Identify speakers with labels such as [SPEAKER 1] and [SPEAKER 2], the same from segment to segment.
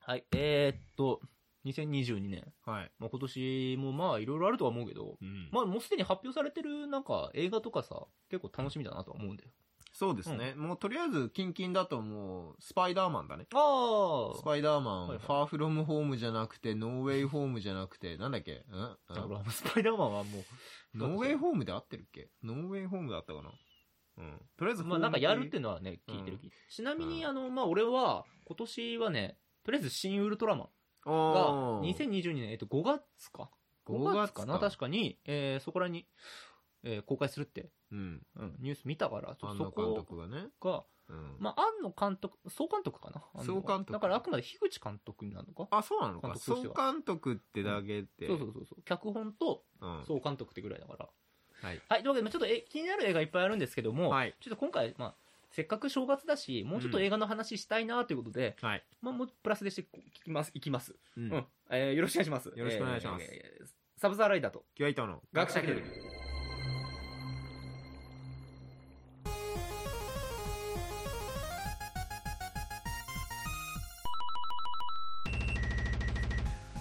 [SPEAKER 1] はい、えー、っと、2022年。
[SPEAKER 2] はい。
[SPEAKER 1] まあ、今年もまあいろいろあるとは思うけど、
[SPEAKER 2] うん。
[SPEAKER 1] まあもうすでに発表されてるなんか映画とかさ、結構楽しみだなとは思うんだよ。
[SPEAKER 2] そうですね。もうとりあえず、キンキンだともう、スパイダーマンだね。
[SPEAKER 1] あ
[SPEAKER 2] スパイダーマン、
[SPEAKER 1] はいはい
[SPEAKER 2] ファーフロムホームじゃなくて、ノーウェイホームじゃなくて、なんだっけんん
[SPEAKER 1] あほら、スパイダーマンはもう、
[SPEAKER 2] ノーウェイ
[SPEAKER 1] イ
[SPEAKER 2] ホームで合ってるっけノーウェイホームだったかなうん。とりあえず、
[SPEAKER 1] まあなんかやるっていうのはね、
[SPEAKER 2] うん
[SPEAKER 1] 聞いてる、ちなみに、
[SPEAKER 2] うん
[SPEAKER 1] あの、まあ俺は、今年はね、とりあえず新ウルトラマン
[SPEAKER 2] が、
[SPEAKER 1] が、
[SPEAKER 2] おー
[SPEAKER 1] 2022年、えっと5月か。5
[SPEAKER 2] 5
[SPEAKER 1] 月
[SPEAKER 2] 月
[SPEAKER 1] か
[SPEAKER 2] か
[SPEAKER 1] な確かに、えーそこらに、えー公開するって、
[SPEAKER 2] うん。
[SPEAKER 1] うん、ニュース見たから、ちょっ
[SPEAKER 2] 安
[SPEAKER 1] とそ
[SPEAKER 2] 野監
[SPEAKER 1] こ
[SPEAKER 2] 督がね。
[SPEAKER 1] が、
[SPEAKER 2] うん。
[SPEAKER 1] まあ、庵野監督、総監督かな庵野は
[SPEAKER 2] 総監督
[SPEAKER 1] だからあくまで樋口監督になるのか
[SPEAKER 2] あ、そうなのか
[SPEAKER 1] 監。督と
[SPEAKER 2] 総
[SPEAKER 1] しては
[SPEAKER 2] 監督ってだけで。
[SPEAKER 1] そうそうそうそう。脚本と
[SPEAKER 2] うん
[SPEAKER 1] 総監督ってぐらいだから。
[SPEAKER 2] はい。
[SPEAKER 1] はい、というわけで、まあちょっとえ気になる映画いっぱいあるんですけども、
[SPEAKER 2] はい。
[SPEAKER 1] ちょっと今回、まあ、せっかく正月だし、もうちょっと映画の話したいなということで、
[SPEAKER 2] はい。
[SPEAKER 1] まあ、もうプラスでしてこ聞きます、いきます。う
[SPEAKER 2] う
[SPEAKER 1] ん
[SPEAKER 2] ん。
[SPEAKER 1] えーよろしくお願いします。
[SPEAKER 2] よろしくお願いします
[SPEAKER 1] えーサブザーライダーと、
[SPEAKER 2] キュアイターの
[SPEAKER 1] 学者気取り。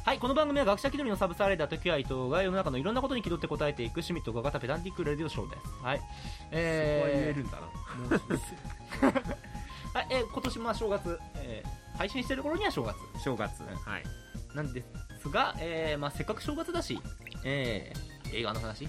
[SPEAKER 1] はい、この番組は学者気取りのサブサーレーダー時は伊藤が世の中のいろんなことに気取って答えていく趣味とガガタペダンティックレディオショーです。はい。え
[SPEAKER 2] るんだな。
[SPEAKER 1] ー、 はい、えー今年も正月、えー配信してる頃には正月
[SPEAKER 2] 正月。
[SPEAKER 1] うん
[SPEAKER 2] はい。
[SPEAKER 1] なんですが、えーまあ、せっかく正月だし、えー映画の話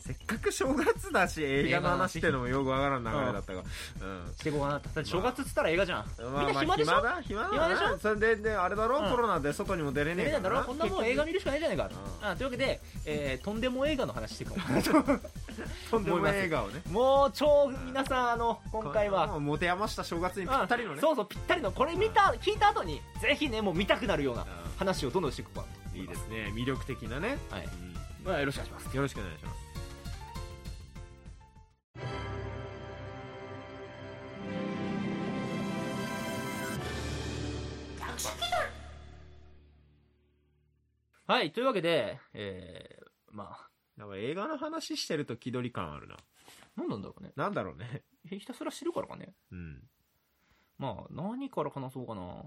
[SPEAKER 2] せっかく正月だし、映画の話ってのもよくわからん流れだったが。うん。
[SPEAKER 1] していこうかなとだって正月っつったら映画じゃん、
[SPEAKER 2] まあ
[SPEAKER 1] みんな
[SPEAKER 2] まあ
[SPEAKER 1] 暇でしょ、
[SPEAKER 2] だ暇だ
[SPEAKER 1] 暇でしょ
[SPEAKER 2] なそれでであれだろ、
[SPEAKER 1] うん
[SPEAKER 2] コロナで外にも出れ
[SPEAKER 1] ね
[SPEAKER 2] ね
[SPEAKER 1] え
[SPEAKER 2] えか
[SPEAKER 1] な
[SPEAKER 2] ら
[SPEAKER 1] んだろこんなもん映画
[SPEAKER 2] に
[SPEAKER 1] 見るしかないじゃないか、
[SPEAKER 2] う
[SPEAKER 1] あというわけで、えーとんでも映画の話していこ う
[SPEAKER 2] とんでもない映画をね
[SPEAKER 1] もう超皆さんあの今回は
[SPEAKER 2] もう持て余した正月にぴったりの
[SPEAKER 1] うん
[SPEAKER 2] ね
[SPEAKER 1] そうそうぴったりのこれ見た聞いた後にぜひねもう見たくなるような
[SPEAKER 2] う
[SPEAKER 1] 話をどんどんしていこうかなと思
[SPEAKER 2] んいい
[SPEAKER 1] ま
[SPEAKER 2] ですね魅力的なね、
[SPEAKER 1] はい
[SPEAKER 2] うん
[SPEAKER 1] まあ、よろしくお願いします
[SPEAKER 2] よろしくお願いします
[SPEAKER 1] はいというわけでえー、まあ
[SPEAKER 2] なんか映画の話してると気取り感あるな
[SPEAKER 1] 何なんだろうね
[SPEAKER 2] なんだろ うね
[SPEAKER 1] ひたすら知るからかね
[SPEAKER 2] うん
[SPEAKER 1] まあ、何から話そうかな。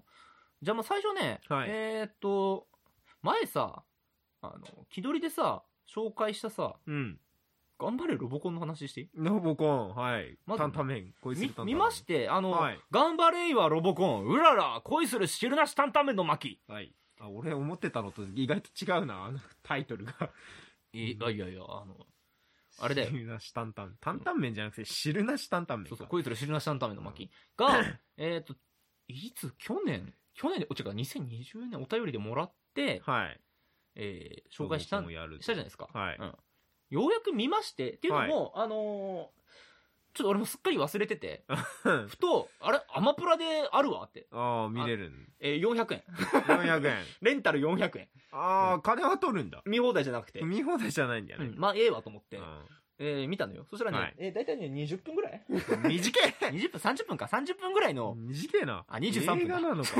[SPEAKER 1] じゃあ、まあ最初ね、
[SPEAKER 2] はい
[SPEAKER 1] えーっと、前さ、あの、気取りでさ、紹介したさ、
[SPEAKER 2] うん
[SPEAKER 1] 頑張れロボコンの話していい
[SPEAKER 2] ロボコンはい、
[SPEAKER 1] まず
[SPEAKER 2] 担々麺こいつ
[SPEAKER 1] み見ましてて、あの、
[SPEAKER 2] はい
[SPEAKER 1] 頑張れいはロボコン、うらら、恋する汁なし担々麺の巻。
[SPEAKER 2] はいあ俺思ってたのと意外と違うなあのタイトルが
[SPEAKER 1] いやいやいや、あの、あれだよ
[SPEAKER 2] 汁なし担々麺担々麺じゃなくて汁なし担々麺か
[SPEAKER 1] そうそう、恋する汁なし担々麺の巻 が、えーっと、いつ、去年、去年で、お違う、2020年お便りでもらって、
[SPEAKER 2] はい
[SPEAKER 1] えー紹介したん
[SPEAKER 2] ロボコンをやる
[SPEAKER 1] したじゃないですか。
[SPEAKER 2] はい
[SPEAKER 1] うんようやく見まして、っていうのも、あのーちょっと俺もすっかり忘れて て、ふと、あれ、アマプラであるわって、
[SPEAKER 2] ああ、見れるん。
[SPEAKER 1] えー400円。
[SPEAKER 2] 400円。
[SPEAKER 1] レンタル400円。
[SPEAKER 2] ああ、金は取るんだ。
[SPEAKER 1] 見放題じゃなくて。
[SPEAKER 2] 見放題じゃないんだよ
[SPEAKER 1] う
[SPEAKER 2] ね
[SPEAKER 1] ん。まあ、ええわと思って、
[SPEAKER 2] う
[SPEAKER 1] えー見たのよ。そしたらね、
[SPEAKER 2] はい
[SPEAKER 1] えー大体ね、20分ぐら い
[SPEAKER 2] ん。短 え
[SPEAKER 1] ?20 分、30分か、30分ぐらいの、
[SPEAKER 2] 短えな。
[SPEAKER 1] あ23分
[SPEAKER 2] 映画なのか。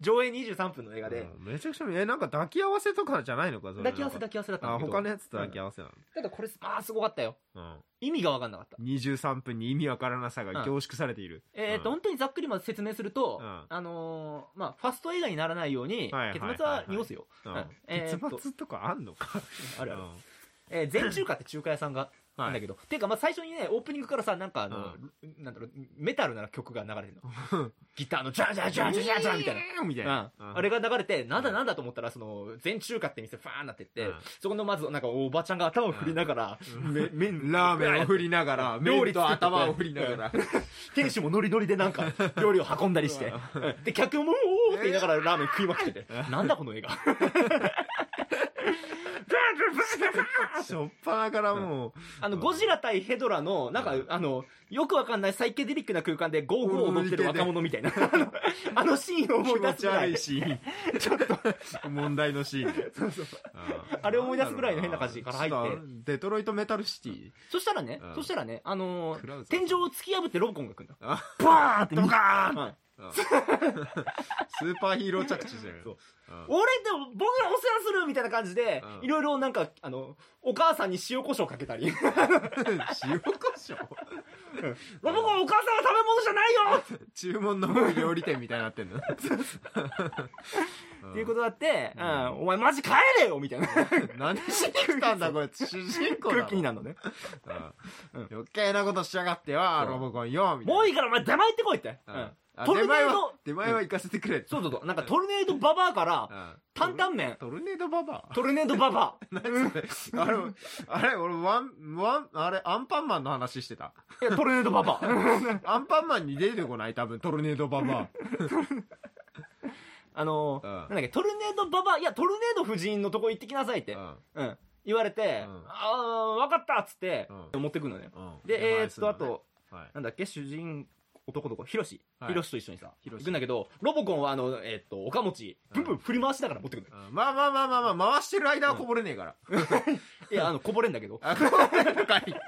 [SPEAKER 1] 上映23分の映画で、
[SPEAKER 2] うんめちゃくちゃ、え、なんか抱き合わせとかじゃないのかそれ
[SPEAKER 1] 抱き合わせ
[SPEAKER 2] な
[SPEAKER 1] 抱
[SPEAKER 2] んか
[SPEAKER 1] き合わせだったん
[SPEAKER 2] あ
[SPEAKER 1] だ
[SPEAKER 2] ー、
[SPEAKER 1] けど、
[SPEAKER 2] 他のやつと抱き合わせな
[SPEAKER 1] ただこれ、まあ、すごかったよ。
[SPEAKER 2] の。
[SPEAKER 1] 意味がわかんなかった
[SPEAKER 2] う。ん。23分に意味わからなさが凝縮されている。
[SPEAKER 1] えーと
[SPEAKER 2] うん
[SPEAKER 1] 本当にざっくりまず説明すると、
[SPEAKER 2] うん
[SPEAKER 1] あのーまあ、ファスト映画にならないように、
[SPEAKER 2] はいはいはいはい
[SPEAKER 1] 結末は濁すよ、
[SPEAKER 2] うん
[SPEAKER 1] うんえーっと
[SPEAKER 2] 結末とかあんのか。
[SPEAKER 1] あるあ
[SPEAKER 2] う
[SPEAKER 1] る
[SPEAKER 2] ん
[SPEAKER 1] えー全中華って中華屋さんが
[SPEAKER 2] はい
[SPEAKER 1] なんだけど、ていうかまあ最初にねオープニングからさなんかあの、
[SPEAKER 2] う
[SPEAKER 1] なんだろうメタルな曲が流れてる のギターのジャンジャンジャンジャンジャンジャンみたいな。
[SPEAKER 2] な。みたいな。
[SPEAKER 1] う
[SPEAKER 2] うんん
[SPEAKER 1] あれが流れて、なんだなんだと思ったら、その、全中華って店、ファーンなってって
[SPEAKER 2] うん、
[SPEAKER 1] そこのまず、なんか、おばちゃんが頭を振りながら、 め麺
[SPEAKER 2] ラーメンを振りなが ら、
[SPEAKER 1] 料
[SPEAKER 2] 料
[SPEAKER 1] 理
[SPEAKER 2] 理
[SPEAKER 1] と
[SPEAKER 2] と
[SPEAKER 1] 頭
[SPEAKER 2] 頭
[SPEAKER 1] を
[SPEAKER 2] を
[SPEAKER 1] 振
[SPEAKER 2] 振
[SPEAKER 1] り
[SPEAKER 2] り
[SPEAKER 1] な
[SPEAKER 2] な
[SPEAKER 1] が
[SPEAKER 2] が
[SPEAKER 1] ら
[SPEAKER 2] ら。
[SPEAKER 1] 店主もノリノリでなん か、料理を運んだりして、で、客も、おーって言いながらラーメン食いまくってて、なんだこの映画。
[SPEAKER 2] しょっぱなからもう、
[SPEAKER 1] あの、ゴジラ対ヘドラの、なんか
[SPEAKER 2] うん、
[SPEAKER 1] あの、よくわかんないサイケデリックな空間でゴーゴー踊ってる若者みたいな、あのあのシーンを思
[SPEAKER 2] 気
[SPEAKER 1] い出
[SPEAKER 2] 持
[SPEAKER 1] す
[SPEAKER 2] ち
[SPEAKER 1] ぐら
[SPEAKER 2] 悪
[SPEAKER 1] い
[SPEAKER 2] い、シーン。ちょっと、問題のシーンで。
[SPEAKER 1] あれ思い出すぐらいの変な感じから入って
[SPEAKER 2] ちょとデトロイトメタルシティ。
[SPEAKER 1] そしたらね
[SPEAKER 2] う、ん
[SPEAKER 1] そしたらね、あのー
[SPEAKER 2] クラウザー
[SPEAKER 1] 天井を突き破ってロボコンが来るの。
[SPEAKER 2] あ
[SPEAKER 1] バーンって、
[SPEAKER 2] ドカーン
[SPEAKER 1] ーン
[SPEAKER 2] スーパーヒーロー着地じゃん。
[SPEAKER 1] そう
[SPEAKER 2] うん
[SPEAKER 1] 俺でも僕らお世話するみたいな感じで、
[SPEAKER 2] うん
[SPEAKER 1] いろいろなん か、あの、お母さんに塩コショウかけたり、
[SPEAKER 2] 塩コショウ
[SPEAKER 1] ロボコンお母さんは食べ物じゃないよ
[SPEAKER 2] 注文の多い料理店みたいにな ってんの
[SPEAKER 1] っていうことだって、うん、お前マジ帰れよみたいな。
[SPEAKER 2] 何しに来たんだこいつ主人公だろ
[SPEAKER 1] 空気になるのね。
[SPEAKER 2] うん余計なことしやがってはロボコンよみたいな
[SPEAKER 1] もういいからお前出前行ってこいって。う
[SPEAKER 2] うんん。あ
[SPEAKER 1] トル
[SPEAKER 2] 出
[SPEAKER 1] ネー
[SPEAKER 2] 前
[SPEAKER 1] ド
[SPEAKER 2] は、出前は行かせてくれ
[SPEAKER 1] そうそうそう。なんかトルネードババアから、
[SPEAKER 2] ん
[SPEAKER 1] 担々麺、
[SPEAKER 2] トルネードバ バ
[SPEAKER 1] トルネードババア。
[SPEAKER 2] アあれ、あれ、俺、ワン、ワン、あれ、アンパンマンの話してた。
[SPEAKER 1] いやトルネードババア。
[SPEAKER 2] アンパンマンに出てこない多分、トルネードババ
[SPEAKER 1] あのー
[SPEAKER 2] う
[SPEAKER 1] なん
[SPEAKER 2] ん
[SPEAKER 1] だっけ、トルネードババア、いや、トルネード夫人のとこ行ってきなさいって。
[SPEAKER 2] ア。
[SPEAKER 1] うん。言われて、
[SPEAKER 2] うん
[SPEAKER 1] あー、わかったっつって、持ってくのね。
[SPEAKER 2] うん。うん
[SPEAKER 1] で、えー、っと、あ、
[SPEAKER 2] 出前するのね
[SPEAKER 1] と、
[SPEAKER 2] はい
[SPEAKER 1] なんだっけ、主人、男の子、ヒロシ。
[SPEAKER 2] はい
[SPEAKER 1] ヒロシと一緒にさ、
[SPEAKER 2] ヒ
[SPEAKER 1] 行
[SPEAKER 2] ロシ
[SPEAKER 1] くんだけど、ロボコンはあの、えーっと、おかもち、ブンブン振り回しながら持ってく るのよ。
[SPEAKER 2] うんまあまあまあまあまあ、回してる間はこぼれねえから。
[SPEAKER 1] いや、あの、こぼれんだけど。
[SPEAKER 2] あ、こぼれんのかい。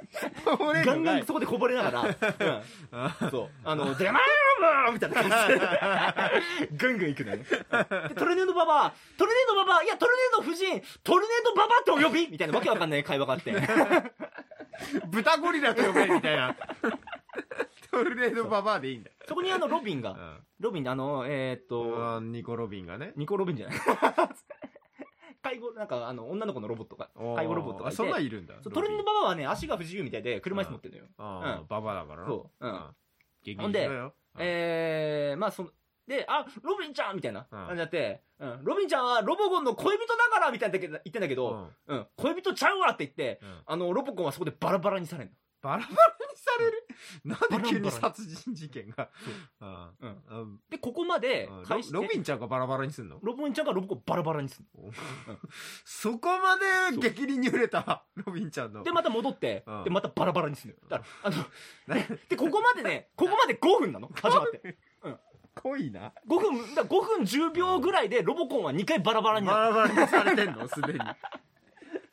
[SPEAKER 2] こぼれん
[SPEAKER 1] ガ
[SPEAKER 2] のかい。
[SPEAKER 1] ンガンそこでこぼれなが ら、うん、そう。あの、出前ロボみたいな感じで、ガンガン行くの よね。でトルネードババア、トルネードババア、いや、トルネード夫人、トルネードババアってお呼びみたいなわけわかんない会話があ って。
[SPEAKER 2] 豚ゴリラと呼べみたいな。トルネードババアでいいんだ。
[SPEAKER 1] そこにあの、ロビンが、
[SPEAKER 2] う
[SPEAKER 1] ロビン、あの、えーっと、
[SPEAKER 2] ん。ニコ・ロビンがね。
[SPEAKER 1] ニコロビンじゃない。 介護、なんか、あの、女の子のロボットが、介護ロボットが
[SPEAKER 2] あ
[SPEAKER 1] いて。
[SPEAKER 2] そんなんいるんだ。
[SPEAKER 1] そうトルネード
[SPEAKER 2] ロビン
[SPEAKER 1] ババアはね、足が不自由みたいで、車椅子持ってるのよ。
[SPEAKER 2] あ
[SPEAKER 1] う
[SPEAKER 2] あ
[SPEAKER 1] ん、
[SPEAKER 2] ババアだからな。
[SPEAKER 1] そう。うん。
[SPEAKER 2] 激
[SPEAKER 1] ほん
[SPEAKER 2] に
[SPEAKER 1] で
[SPEAKER 2] しろよ。
[SPEAKER 1] えー、まあその、で、あ、ロビンちゃんみたいな
[SPEAKER 2] うん
[SPEAKER 1] 感じになって、うん、ロビンちゃんはロボコンの恋人だからみたいなこと言ってんだけ
[SPEAKER 2] う
[SPEAKER 1] ど、
[SPEAKER 2] ん
[SPEAKER 1] うん、恋人ちゃうわって言って、
[SPEAKER 2] うん
[SPEAKER 1] あの、ロボコンはそこでバラバラにされん
[SPEAKER 2] バラバラにされるなんで急に殺人事件が。あ
[SPEAKER 1] の。うん。
[SPEAKER 2] あうん
[SPEAKER 1] で、ここまで
[SPEAKER 2] ロ
[SPEAKER 1] 開始して、
[SPEAKER 2] ロビンちゃんがバラバラにすんの
[SPEAKER 1] ロボンちゃんがロボコンバラバラにする
[SPEAKER 2] そこまで激鱗に揺れた、ロビンちゃんの。
[SPEAKER 1] の。で、また戻って、
[SPEAKER 2] うん
[SPEAKER 1] で、またバラバラにするのよ。だから、あの、
[SPEAKER 2] な
[SPEAKER 1] で、ここまでね、ここまで5分なの始まって。
[SPEAKER 2] 濃いな。
[SPEAKER 1] 5分、だ5分10秒ぐらいでロボコンは2回バラバラ
[SPEAKER 2] バ
[SPEAKER 1] になる。
[SPEAKER 2] ラバラにされて んのすでに。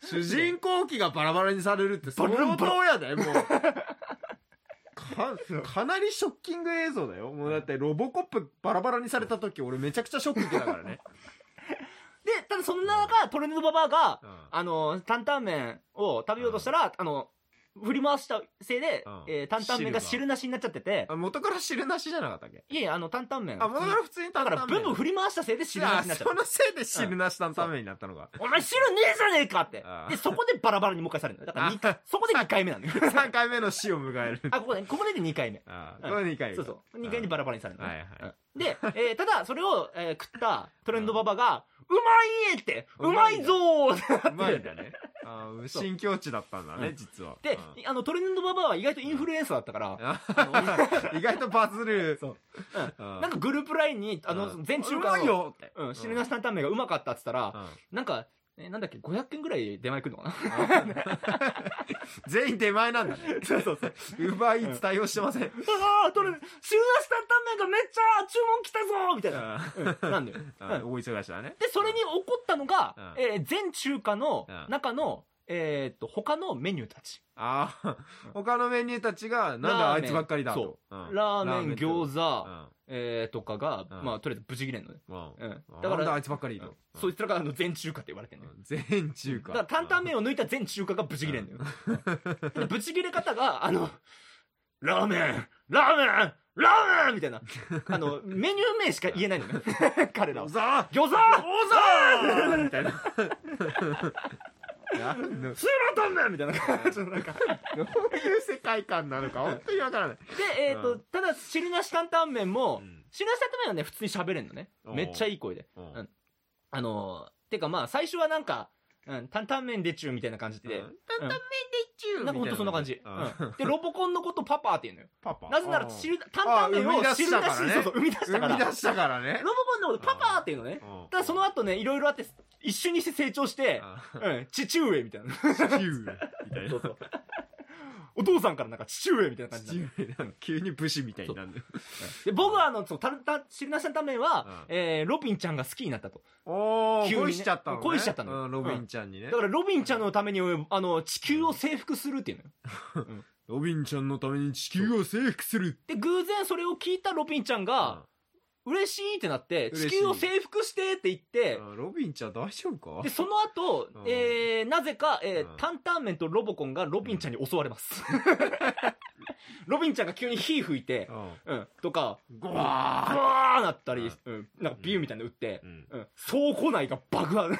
[SPEAKER 2] 主人公機がバラバラにされるって相当やで、もう。かかなりショッキング映像だよ。もうだってロボコップバラバラにされた時俺めちゃくちゃショック受けたからね。
[SPEAKER 1] で、ただそんな中、トレンドババアが、
[SPEAKER 2] うん
[SPEAKER 1] あの、担々麺を食べようとしたら、あの、振り回したせいで、
[SPEAKER 2] うん
[SPEAKER 1] えー担々麺が
[SPEAKER 2] 汁
[SPEAKER 1] 汁なしになっちゃってて、
[SPEAKER 2] あ元から汁なしじゃなかったっけ
[SPEAKER 1] いやいや、あの、担々麺。
[SPEAKER 2] あ、元から普通に
[SPEAKER 1] だ
[SPEAKER 2] 担
[SPEAKER 1] から、
[SPEAKER 2] 々
[SPEAKER 1] ブ
[SPEAKER 2] 麺
[SPEAKER 1] ンブン振り回したせいで汁なしになっちゃっ
[SPEAKER 2] あそのせいで汁なし担々麺になったのが。
[SPEAKER 1] た。お前汁ねえじゃねえかって
[SPEAKER 2] あ。
[SPEAKER 1] で、そこでバラバラにもう一回されるの。だからに、そこで2回目な のよ。
[SPEAKER 2] 3回目の死を迎える。
[SPEAKER 1] あ、ここで、ここで2回目。
[SPEAKER 2] あ
[SPEAKER 1] うん
[SPEAKER 2] これ2回目。
[SPEAKER 1] そうそう。2回にバラバラにされるのね。
[SPEAKER 2] は いはい
[SPEAKER 1] うんで、えーただ、それを、えー食ったトレンドババアが、うまいってうまいぞーって
[SPEAKER 2] うまいんだね。あー
[SPEAKER 1] そう
[SPEAKER 2] 新境地だったんだ
[SPEAKER 1] う
[SPEAKER 2] ね
[SPEAKER 1] ん、
[SPEAKER 2] 実は。
[SPEAKER 1] で、あの、トレンドババアは意外とインフルエンサーだったから、
[SPEAKER 2] うん意外 とバズる。
[SPEAKER 1] そう
[SPEAKER 2] う
[SPEAKER 1] うん
[SPEAKER 2] ん
[SPEAKER 1] なんかグループラインに、あの
[SPEAKER 2] う、ん
[SPEAKER 1] 全中
[SPEAKER 2] う
[SPEAKER 1] 華
[SPEAKER 2] まい
[SPEAKER 1] の、
[SPEAKER 2] よって。
[SPEAKER 1] うん、汁なし担々麺がうまかったって言った
[SPEAKER 2] う
[SPEAKER 1] ら、
[SPEAKER 2] ん
[SPEAKER 1] なんか、えなんだっけ、500件ぐらい出前来るのかな
[SPEAKER 2] 全員出前なんだね。
[SPEAKER 1] そうそうそう。
[SPEAKER 2] うまい対応してません。
[SPEAKER 1] ああ、取れ、汁なし担々麺がめっちゃ注文来たぞーみたいな。うん、なんだよ。
[SPEAKER 2] う
[SPEAKER 1] うん
[SPEAKER 2] ん大忙しだね。
[SPEAKER 1] で、それに怒ったのが
[SPEAKER 2] うん、
[SPEAKER 1] えー全中華の
[SPEAKER 2] うん
[SPEAKER 1] 中の、えーっと、他のメニューたち。
[SPEAKER 2] ああ
[SPEAKER 1] うん、
[SPEAKER 2] 他のメニューたちが、なんで
[SPEAKER 1] ラー
[SPEAKER 2] あ
[SPEAKER 1] メン
[SPEAKER 2] いつばっかりだ
[SPEAKER 1] そ
[SPEAKER 2] と。
[SPEAKER 1] ラーメン、餃
[SPEAKER 2] 子。う
[SPEAKER 1] 子、
[SPEAKER 2] ん
[SPEAKER 1] えーとかが、
[SPEAKER 2] うん
[SPEAKER 1] まあ、とりあえず無事切れんのね。
[SPEAKER 2] うん
[SPEAKER 1] うん。だ
[SPEAKER 2] だ
[SPEAKER 1] か
[SPEAKER 2] から、
[SPEAKER 1] ら
[SPEAKER 2] あ、いつばっかりいい
[SPEAKER 1] うん
[SPEAKER 2] と。
[SPEAKER 1] そいつらがあの全中華って言われてんのよ。
[SPEAKER 2] 全中華。
[SPEAKER 1] だから担々麺を抜いた全中華がブチギレんのよ。で、ブチギレ方が、あの、ラーメンラーメンラーメンみたいな。あの、メニュー名しか言えないのよ。 彼らは。
[SPEAKER 2] ざー
[SPEAKER 1] 餃子
[SPEAKER 2] おみたいな。なんの
[SPEAKER 1] スーラータンメンみたいな感じのなんか。
[SPEAKER 2] どういう世界観なのか、本当にわからない。
[SPEAKER 1] で、えっ、
[SPEAKER 2] う
[SPEAKER 1] と、ただ、汁なし担々麺も、
[SPEAKER 2] うん
[SPEAKER 1] 汁なし担々麺はね、普通に喋れんのね。
[SPEAKER 2] おー
[SPEAKER 1] めっちゃいい声で。
[SPEAKER 2] うん
[SPEAKER 1] うんあのー、てかまあ、最初はなんか、うん、担々麺でちゅうみたいな感じで。
[SPEAKER 2] 担々麺でちゅう
[SPEAKER 1] なんかほんとそんな感じ。うんで、ロボコンのことパパって 言うのよ。
[SPEAKER 2] パパ。
[SPEAKER 1] なぜなら、汁、担々麺
[SPEAKER 2] あ生み
[SPEAKER 1] を
[SPEAKER 2] 出し
[SPEAKER 1] 汁
[SPEAKER 2] た
[SPEAKER 1] な
[SPEAKER 2] から
[SPEAKER 1] しに、
[SPEAKER 2] ね
[SPEAKER 1] そうそう、生み出した
[SPEAKER 2] 生
[SPEAKER 1] から。ロ
[SPEAKER 2] み
[SPEAKER 1] ボ
[SPEAKER 2] 出したからね。
[SPEAKER 1] コンのことパパーっていうのね。
[SPEAKER 2] うん
[SPEAKER 1] ただその後ね、いろいろあって、一緒にして成長して、うん、父上みたいな。
[SPEAKER 2] 地球みたい
[SPEAKER 1] そ
[SPEAKER 2] な
[SPEAKER 1] うそう。お父さんからなんか父上みたいな感じ
[SPEAKER 2] 地
[SPEAKER 1] になる。
[SPEAKER 2] 球なんか急に武士みたいになるんだよ。
[SPEAKER 1] で、僕はあの、そう、タルタ、汁なし担々麺は、
[SPEAKER 2] う
[SPEAKER 1] えー、ロビンちゃんが好きになったと。
[SPEAKER 2] お
[SPEAKER 1] 急に
[SPEAKER 2] ー、
[SPEAKER 1] ね
[SPEAKER 2] 恋しちゃったのね。
[SPEAKER 1] 恋しちゃったのよ
[SPEAKER 2] うんロビンちゃんにね
[SPEAKER 1] だか。らロビンちゃんのために、あの、地球を征服するっていうのよ。
[SPEAKER 2] ロビンちゃんのために地球を征服する。
[SPEAKER 1] で、偶然それを聞いたロビンちゃんが、嬉しいってなって、
[SPEAKER 2] 嬉し
[SPEAKER 1] 地
[SPEAKER 2] い
[SPEAKER 1] 球を征服してって言って、
[SPEAKER 2] あロビンちゃん大丈夫か
[SPEAKER 1] で、その後
[SPEAKER 2] うん、
[SPEAKER 1] えー、なぜか、え
[SPEAKER 2] う
[SPEAKER 1] ー、
[SPEAKER 2] ん
[SPEAKER 1] タンタンメンとロボコンがロビンちゃんに襲われ ます。ロビンちゃんが急に火吹いて、うん、とか、
[SPEAKER 2] ゴ
[SPEAKER 1] ブ
[SPEAKER 2] ワ
[SPEAKER 1] ワーなったり
[SPEAKER 2] うん、
[SPEAKER 1] うん、なんかビューみたいなの打って
[SPEAKER 2] ー、ン
[SPEAKER 1] うん、倉庫内が爆破。
[SPEAKER 2] ドゴ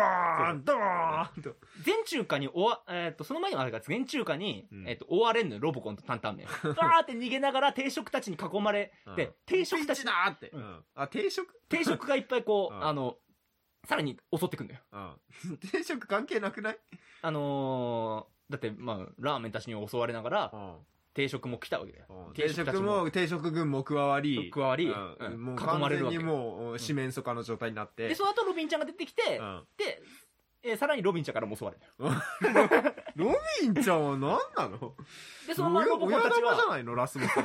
[SPEAKER 2] ーンドゴーンと
[SPEAKER 1] 全中華に追わ、えっ、と、その前にもあれが、全中華に、
[SPEAKER 2] うん
[SPEAKER 1] えっ、と、追われんのよ、ロボコンとタン タンメン。バーって逃げながら定食たちに囲まれ
[SPEAKER 2] うん
[SPEAKER 1] て、定食た
[SPEAKER 2] ピンチ
[SPEAKER 1] ち、
[SPEAKER 2] だーって
[SPEAKER 1] う
[SPEAKER 2] あ定食
[SPEAKER 1] 定食がいっぱいこう、
[SPEAKER 2] うん
[SPEAKER 1] あの、さらに襲ってくんだよ。
[SPEAKER 2] うん 定食関係なくない
[SPEAKER 1] あのー、だって、まあ、ラーメンたちに襲われながら、定食も来たわけだよ。
[SPEAKER 2] 定
[SPEAKER 1] たち
[SPEAKER 2] 食も定食群も加わり
[SPEAKER 1] 加わり、
[SPEAKER 2] う
[SPEAKER 1] うん
[SPEAKER 2] んもう
[SPEAKER 1] 囲ま
[SPEAKER 2] 完
[SPEAKER 1] れる
[SPEAKER 2] 全
[SPEAKER 1] わけ
[SPEAKER 2] に。もう四面楚歌の状態になって
[SPEAKER 1] で、その後ロビンちゃんが出てきて、
[SPEAKER 2] うん
[SPEAKER 1] で、えーさらにロビンちゃんからも襲われる。
[SPEAKER 2] ロビンちゃんは何なの
[SPEAKER 1] で、そのままロボコン
[SPEAKER 2] 親
[SPEAKER 1] たち
[SPEAKER 2] 玉じゃ
[SPEAKER 1] は、
[SPEAKER 2] ないのラ スボス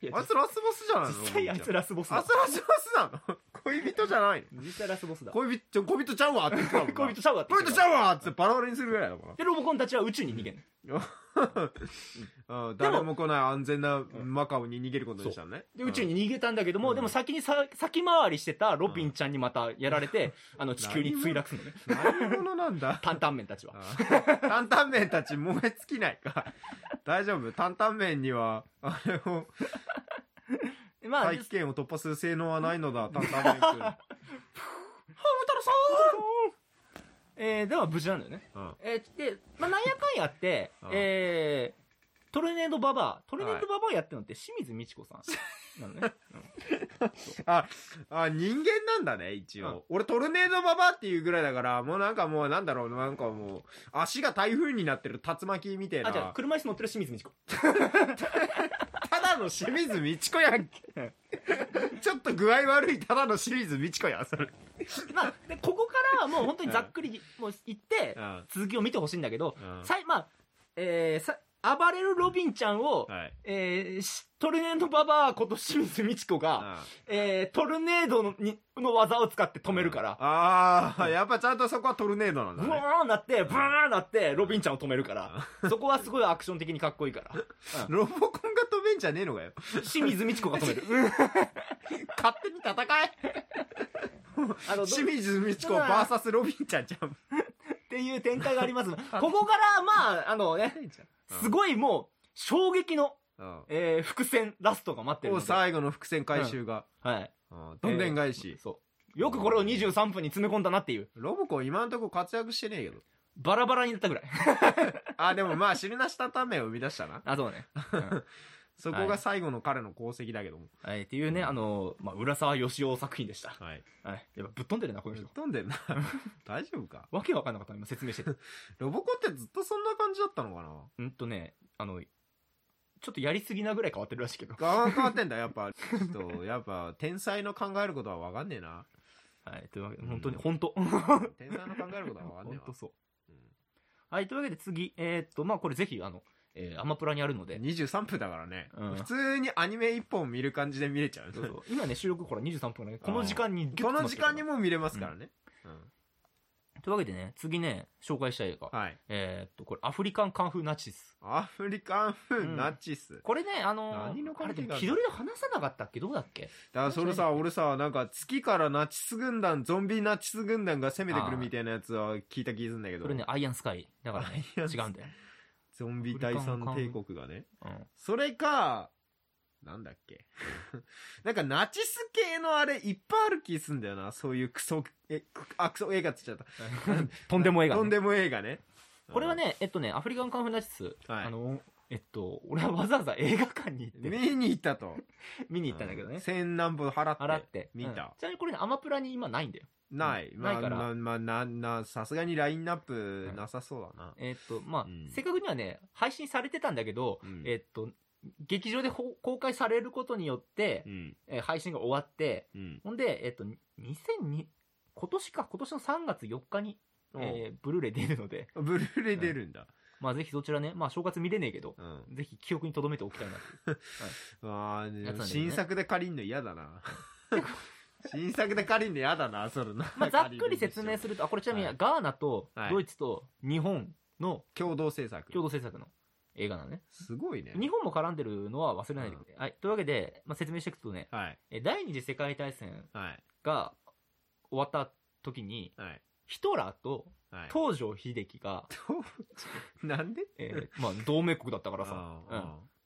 [SPEAKER 1] いや
[SPEAKER 2] あいつラスボスじゃないの
[SPEAKER 1] 実際あいつラスボス
[SPEAKER 2] あい
[SPEAKER 1] だ
[SPEAKER 2] つ。ラスボスなの恋人じゃないの
[SPEAKER 1] 実際ラスボスだ。
[SPEAKER 2] 恋人、恋人ちゃうわって言ってたもんな。
[SPEAKER 1] 恋人ちゃうわって言
[SPEAKER 2] 恋
[SPEAKER 1] って
[SPEAKER 2] 人
[SPEAKER 1] た
[SPEAKER 2] ちゃうわってバラバラにするぐらいだか
[SPEAKER 1] で、ロボコンたちは宇宙に逃げる。
[SPEAKER 2] ら。うん、誰も来ない安全なマカオに逃げることにしたのね。
[SPEAKER 1] で、宇宙に逃げたんだけども、
[SPEAKER 2] うん
[SPEAKER 1] でも先にさ、先回りしてたロビンちゃんにまたやられて、あの、地球に墜落するのね。
[SPEAKER 2] うん。何者なんだ
[SPEAKER 1] 担々麺たちは。
[SPEAKER 2] うん担々麺たち燃え尽きないか。大丈夫担々麺には、あれを、
[SPEAKER 1] まあ、
[SPEAKER 2] 大気圏を突破する性能はないのだ、担々麺くん。ハム太郎さ
[SPEAKER 1] えー、では無事なんだよね。
[SPEAKER 2] んうん
[SPEAKER 1] えー、で、まあ、なんやかんやって
[SPEAKER 2] うん、
[SPEAKER 1] えー、トルネードババア、トルネードババアやってるのって清水美智子さん。なのね。
[SPEAKER 2] あ、あ、人間なんだね、一応。俺、トルネードババアっていうぐらいだから、もうなんかもう、なんだろう、なんかもう、足が台風になってる竜巻みたい
[SPEAKER 1] あ、
[SPEAKER 2] な。
[SPEAKER 1] じゃあ、車椅子乗ってる清水 美智子。
[SPEAKER 2] ただの清水美智子やんけ。ちょっと具合悪い、ただの清水美智子やん、それ。
[SPEAKER 1] まあ、で、ここからはもう本当にざっくり、もう行って
[SPEAKER 2] う、ん。
[SPEAKER 1] 続きを見てほしいんだけど
[SPEAKER 2] うん、
[SPEAKER 1] さい、まあ、えー、さ、暴れるロビンちゃんを、
[SPEAKER 2] はい。
[SPEAKER 1] えーしトルネードババアこと清水美智子が、えートルネードのにの技を使って止めるから、
[SPEAKER 2] ああ、やっぱちゃんとそこはトルネードなん
[SPEAKER 1] ブ
[SPEAKER 2] だね。
[SPEAKER 1] ーンなって、ブーンなって、ロビンちゃんを止めるから、そこはすごいアクション的にかっこいいから、
[SPEAKER 2] ロボコンが飛べんじゃねえのかよ。
[SPEAKER 1] 清水美智子が止 める。
[SPEAKER 2] 勝手に戦え
[SPEAKER 1] あのど
[SPEAKER 2] 清
[SPEAKER 1] っ
[SPEAKER 2] 水美智子 VS ロビンちゃんじゃん。
[SPEAKER 1] ていう展 開があります。ここから、まあ、あのね、すごいもう、衝撃の、
[SPEAKER 2] うん
[SPEAKER 1] えー伏線ラストが待ってる
[SPEAKER 2] お
[SPEAKER 1] ので、は
[SPEAKER 2] 最後の伏線回収が。
[SPEAKER 1] い。
[SPEAKER 2] うんどんでん返し。
[SPEAKER 1] そう。よくこれを23分に詰め込んだなっていう。
[SPEAKER 2] ロボコン今んとこ活躍してねえけど。
[SPEAKER 1] バラバラになったぐらい。
[SPEAKER 2] あ、でも まあ、汁なし担々麺を生み出したな。
[SPEAKER 1] あ、そうね。うん
[SPEAKER 2] そこが最後の彼の功績だけども。
[SPEAKER 1] はい、っていうね、あの、まあ、浦沢義雄作品でした。
[SPEAKER 2] はい。
[SPEAKER 1] はい。やっぱぶっ飛んでるな、この
[SPEAKER 2] ぶっ
[SPEAKER 1] 人。
[SPEAKER 2] 飛んで んな。大丈夫か
[SPEAKER 1] わけわかんなかった今説明 してて。
[SPEAKER 2] ロボコンってずっとそんな感じだったのかな
[SPEAKER 1] うんとね、あの、ちょっとやりすぎなぐらい変わってるらしいけど。
[SPEAKER 2] ガーン変わってんだ、やっぱ。ちょっと、やっぱ、天才の考えることはわかんねえな。
[SPEAKER 1] はい、というわけで、
[SPEAKER 2] うん
[SPEAKER 1] 本当に、本当。
[SPEAKER 2] 天才の考えることはわかんね
[SPEAKER 1] 本当そう。
[SPEAKER 2] え
[SPEAKER 1] はい、というわけで次、えーっと、まあ、これぜひ、あの、えーアマプラにあるの
[SPEAKER 2] わ。う
[SPEAKER 1] で
[SPEAKER 2] ん、23分だからね。
[SPEAKER 1] うん
[SPEAKER 2] 普通にアニメ一本見る感じで見れちゃう。
[SPEAKER 1] そうそう今ね、収録ほら23分だね。この時間にギュッと
[SPEAKER 2] この
[SPEAKER 1] 詰まって
[SPEAKER 2] 時
[SPEAKER 1] るから
[SPEAKER 2] 間にも見れますからね。うん
[SPEAKER 1] というわけでね、次ね、紹介したい映画。
[SPEAKER 2] はい。
[SPEAKER 1] えーっと、これ、アフリカンカンフーナチス。
[SPEAKER 2] アフリカン風
[SPEAKER 1] うん
[SPEAKER 2] ナチス。
[SPEAKER 1] これね、あのー、
[SPEAKER 2] 何の
[SPEAKER 1] あれ
[SPEAKER 2] 関
[SPEAKER 1] で
[SPEAKER 2] 係
[SPEAKER 1] も
[SPEAKER 2] がある
[SPEAKER 1] 気取りで話さなかったっけどうだっけ
[SPEAKER 2] だからそれさ、俺さ、なんか月からナチス軍団、ゾンビナチス軍団が攻めてくるみたいなやつは聞いた気がするんだけど、
[SPEAKER 1] これね、アイアンスカイ。だからね、
[SPEAKER 2] ア
[SPEAKER 1] 違
[SPEAKER 2] イアンスカイ
[SPEAKER 1] うんだよ。
[SPEAKER 2] ゾンビ第三帝国がね。
[SPEAKER 1] うん。
[SPEAKER 2] それか、なんだっけ。 なんかナチス系のあれいっぱいある気すんだよな。そういうクソ、え、クあ、クソ映画って言っちゃっ
[SPEAKER 1] とんでも映
[SPEAKER 2] た。
[SPEAKER 1] 画、
[SPEAKER 2] とんでも映画ね。
[SPEAKER 1] これはね、えっとね、アフリカンカンフーナチス、
[SPEAKER 2] はい
[SPEAKER 1] あの、えっと、俺はわざわざ映画館に
[SPEAKER 2] う
[SPEAKER 1] 行
[SPEAKER 2] ん、
[SPEAKER 1] って
[SPEAKER 2] 見に行ったと。
[SPEAKER 1] 見に行ったんだけど
[SPEAKER 2] う
[SPEAKER 1] ね。
[SPEAKER 2] 千何本払って。
[SPEAKER 1] 洗って。
[SPEAKER 2] 見た
[SPEAKER 1] うんちなみにこれね、アマプラに今ないんだよ。
[SPEAKER 2] ない。
[SPEAKER 1] うん
[SPEAKER 2] ま
[SPEAKER 1] な
[SPEAKER 2] あ、
[SPEAKER 1] いから
[SPEAKER 2] まあ、まあ、な、な、さすがにラインナップ
[SPEAKER 1] うん
[SPEAKER 2] なさそうだな。
[SPEAKER 1] えっと、まあ、
[SPEAKER 2] うん
[SPEAKER 1] 正確にはね、配信されてたんだけど、
[SPEAKER 2] うん
[SPEAKER 1] えっと、劇場でほ公開されることによって、
[SPEAKER 2] うん。
[SPEAKER 1] えー配信が終わって、
[SPEAKER 2] うん。
[SPEAKER 1] ほんで、えっと、2002、今年か、今年の3月4日に、えーブルーレイ出るので、
[SPEAKER 2] おブルーレイ出るんだ。
[SPEAKER 1] まあぜひそちらね、まあ正月見れねえけど、
[SPEAKER 2] うん。
[SPEAKER 1] ぜひ記憶に留めておきたいなと
[SPEAKER 2] あー
[SPEAKER 1] やつなんだよね
[SPEAKER 2] 新作で借りんの嫌だな。 新作で借りんの嫌だな、それな。
[SPEAKER 1] まあ、ざっくり説明すると、あ、これちなみに
[SPEAKER 2] はい
[SPEAKER 1] ガーナと
[SPEAKER 2] はい
[SPEAKER 1] ドイツと日本の
[SPEAKER 2] 共同制作。
[SPEAKER 1] 共同制作の映画なのね。
[SPEAKER 2] すごいね。
[SPEAKER 1] 日本も絡んでるのは忘れないでくれ。はい。というわけで、まあ、説明していくとね、
[SPEAKER 2] はい。
[SPEAKER 1] え第二次世界大戦
[SPEAKER 2] はい。
[SPEAKER 1] が終わった時に、
[SPEAKER 2] はい。
[SPEAKER 1] ヒトラーと
[SPEAKER 2] はい。
[SPEAKER 1] 東条英機が、
[SPEAKER 2] となんで
[SPEAKER 1] えーまあ、同盟国だったからさ。
[SPEAKER 2] あ
[SPEAKER 1] うん
[SPEAKER 2] ー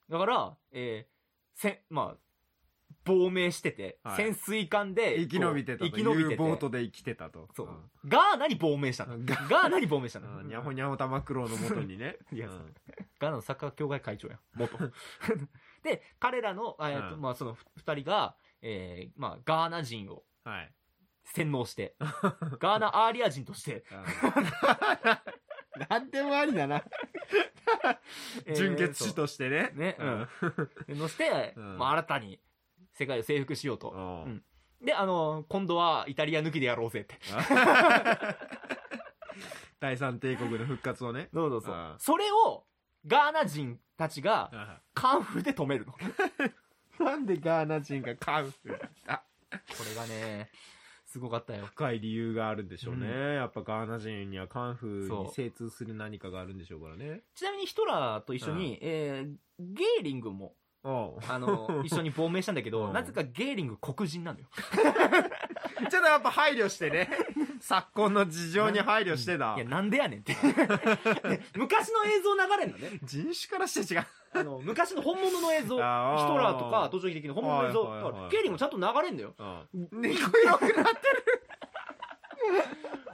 [SPEAKER 1] だから、えーせん、まあ、亡命してて、
[SPEAKER 2] はい
[SPEAKER 1] 潜水艦で、
[SPEAKER 2] 生き延びてた
[SPEAKER 1] こう
[SPEAKER 2] と。
[SPEAKER 1] 生き延びてて。
[SPEAKER 2] ボートで生きてたと。
[SPEAKER 1] そう。
[SPEAKER 2] ん
[SPEAKER 1] ガーナに亡命したの。ガーナに亡命したの。
[SPEAKER 2] うんにゃほにゃほ玉九郎のもとに ね。
[SPEAKER 1] いや
[SPEAKER 2] うん
[SPEAKER 1] ガーナのサッカー協会会長やん。 元。で、彼らの、えーと
[SPEAKER 2] うん
[SPEAKER 1] まあ、その二人が、えーまあ、ガーナ人を
[SPEAKER 2] はい。
[SPEAKER 1] 洗脳 して、ガーナアーリア人として、
[SPEAKER 2] なんでもありだな。
[SPEAKER 1] えー
[SPEAKER 2] 純血士としてね。
[SPEAKER 1] ねうんそうのして、
[SPEAKER 2] うん
[SPEAKER 1] まあ、新たに世界を征服しようと。
[SPEAKER 2] おう
[SPEAKER 1] うんで、あの、今度はイタリア抜きでやろうぜって。
[SPEAKER 2] 第三帝国の復活をね。
[SPEAKER 1] どうぞどうぞ
[SPEAKER 2] うん
[SPEAKER 1] それを、ガーナ人たちが、カンフーで止め るの。こ
[SPEAKER 2] なんでガーナ人がカンフーあ
[SPEAKER 1] れがね、すごかったよ。
[SPEAKER 2] 深い理由があるんでしょうね。
[SPEAKER 1] う
[SPEAKER 2] やっぱガーナ人にはカンフー
[SPEAKER 1] そう
[SPEAKER 2] に精通する何かがあるんでしょうからね。
[SPEAKER 1] ちなみにヒトラーと一緒に、えーゲーリングも、
[SPEAKER 2] おう
[SPEAKER 1] あの、 一緒に亡命したんだけ
[SPEAKER 2] う
[SPEAKER 1] ど、
[SPEAKER 2] ん
[SPEAKER 1] なぜかゲーリング黒人なのよ。
[SPEAKER 2] ちょっとやっぱ配慮して ね。昨今の事情に配慮してた
[SPEAKER 1] いや、。なんでやねん って。で昔の映像流れんのね。
[SPEAKER 2] 人種からして違う。
[SPEAKER 1] あの、昔の本物の映像。ヒト
[SPEAKER 2] あー
[SPEAKER 1] ラーとか、途上的の本物の映像。
[SPEAKER 2] はいはいはい
[SPEAKER 1] だからゲーリングもちゃんと流れんのよ。
[SPEAKER 2] うん。いろくなって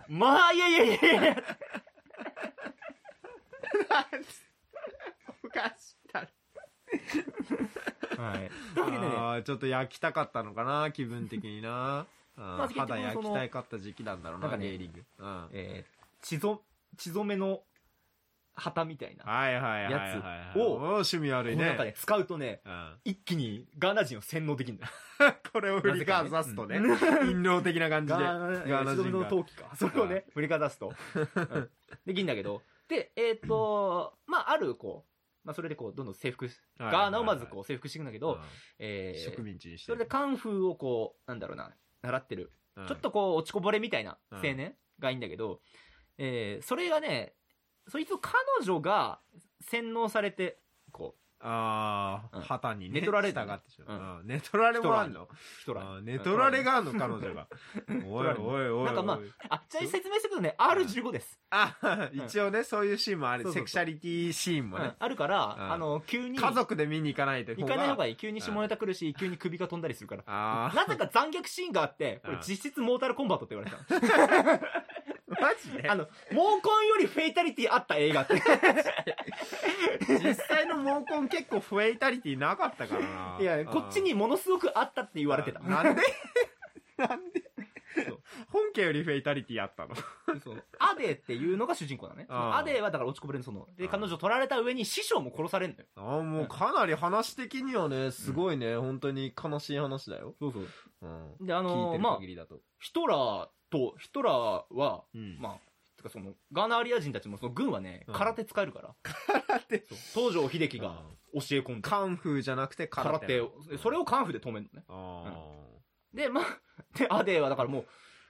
[SPEAKER 1] まあ、いやいやいやいや。
[SPEAKER 2] おかしいだろ
[SPEAKER 1] はい。というわけでね、
[SPEAKER 2] あーちょっと焼きたかったのかな、気分的に な。うん
[SPEAKER 1] あ結局
[SPEAKER 2] 肌焼
[SPEAKER 1] そ
[SPEAKER 2] き
[SPEAKER 1] の
[SPEAKER 2] たいかった時期なんだろう
[SPEAKER 1] なんか
[SPEAKER 2] な、
[SPEAKER 1] ね
[SPEAKER 2] ゲーリング。うんは
[SPEAKER 1] えー、血ぞ、血染めの旗みたいな。こ
[SPEAKER 2] いはいはいはい
[SPEAKER 1] や
[SPEAKER 2] は
[SPEAKER 1] つ
[SPEAKER 2] い。
[SPEAKER 1] を
[SPEAKER 2] お趣味悪い
[SPEAKER 1] の中
[SPEAKER 2] ね。
[SPEAKER 1] で使うとね、
[SPEAKER 2] うん
[SPEAKER 1] 一気にガーナ人を洗脳できるんだよ。
[SPEAKER 2] これを振りかざすとね、陰謀的な感じで。
[SPEAKER 1] ガーナ、ガーナ人の陶器か。それをね、振りかざすと。うんできんだけど。で、えっ、と、まあ、ある、こう、まあ、それでこう、どんどん征服し、ガーナをまずこう征服していくんだけ
[SPEAKER 2] はい
[SPEAKER 1] ど
[SPEAKER 2] はい、はい
[SPEAKER 1] え
[SPEAKER 2] うん
[SPEAKER 1] ー
[SPEAKER 2] 植民地にして
[SPEAKER 1] それでカンフーをこう、なんだろうな、習ってる。
[SPEAKER 2] うん
[SPEAKER 1] ちょっとこう、落ちこぼれみたいな
[SPEAKER 2] うん
[SPEAKER 1] 青年がいいんだけど、えーそれがね、そいつ彼女が洗脳されて、こ
[SPEAKER 2] あ
[SPEAKER 1] うん
[SPEAKER 2] あ旗にね
[SPEAKER 1] 寝取られた
[SPEAKER 2] た
[SPEAKER 1] ね
[SPEAKER 2] がってしま
[SPEAKER 1] うん
[SPEAKER 2] ううん寝取られもあんの
[SPEAKER 1] う、ヒトラーに
[SPEAKER 2] あー寝取られがあんの彼女がおい
[SPEAKER 1] られ
[SPEAKER 2] おいおい
[SPEAKER 1] なんかまあ
[SPEAKER 2] おい
[SPEAKER 1] あ、ちなみに説明するとね、R15 です。
[SPEAKER 2] あ一応ねそういうシーンもあ
[SPEAKER 1] そ
[SPEAKER 2] る
[SPEAKER 1] うそうそう
[SPEAKER 2] セクシャリティシーンも
[SPEAKER 1] うん
[SPEAKER 2] ね
[SPEAKER 1] あるから、
[SPEAKER 2] うん
[SPEAKER 1] あの、急に、
[SPEAKER 2] 家族で見に行かないと
[SPEAKER 1] 行かない方が
[SPEAKER 2] いい
[SPEAKER 1] いい。急に下ネタ来るし、急に首が飛んだりするから。
[SPEAKER 2] あ
[SPEAKER 1] なぜか残虐シーンがあって、これ
[SPEAKER 2] うん
[SPEAKER 1] 実質モータルコンバットって言われてた
[SPEAKER 2] あ マジで
[SPEAKER 1] の。あの、猛根よりフェイタリティあった映画って。
[SPEAKER 2] 実際の毛根結構フェイタリティなかったから ない
[SPEAKER 1] や、こっちにものすごくあったって言われてた。
[SPEAKER 2] うんなんで なんで
[SPEAKER 1] そう
[SPEAKER 2] 本家よりフェイタリティあったの
[SPEAKER 1] そうアデーっていうのが主人公なのね。その
[SPEAKER 2] あー
[SPEAKER 1] アデーはだから落ちこぼれのその、で、
[SPEAKER 2] あー
[SPEAKER 1] 彼女取られた上に師匠も殺されんのよ。
[SPEAKER 2] あーもうかなり話的にはね、すごいね、本当に悲しい話だよ。
[SPEAKER 1] そうそう。
[SPEAKER 2] うん。
[SPEAKER 1] で、あ
[SPEAKER 2] 聞い
[SPEAKER 1] の
[SPEAKER 2] て
[SPEAKER 1] ー
[SPEAKER 2] る
[SPEAKER 1] まあ
[SPEAKER 2] 限、りだと。
[SPEAKER 1] ヒトラーと、ヒトラーは、
[SPEAKER 2] うん
[SPEAKER 1] まあ、てかその、ガーナアリア人たちもその軍はね、
[SPEAKER 2] うん
[SPEAKER 1] 空手使えるから。空
[SPEAKER 2] 手
[SPEAKER 1] 東条秀樹が教え込んだ。
[SPEAKER 2] カンフーじゃなくて空
[SPEAKER 1] 空
[SPEAKER 2] 手。
[SPEAKER 1] 手を、それをカンフで止めるのね。
[SPEAKER 2] あ
[SPEAKER 1] で、まあ、 で、アデーはだからもう、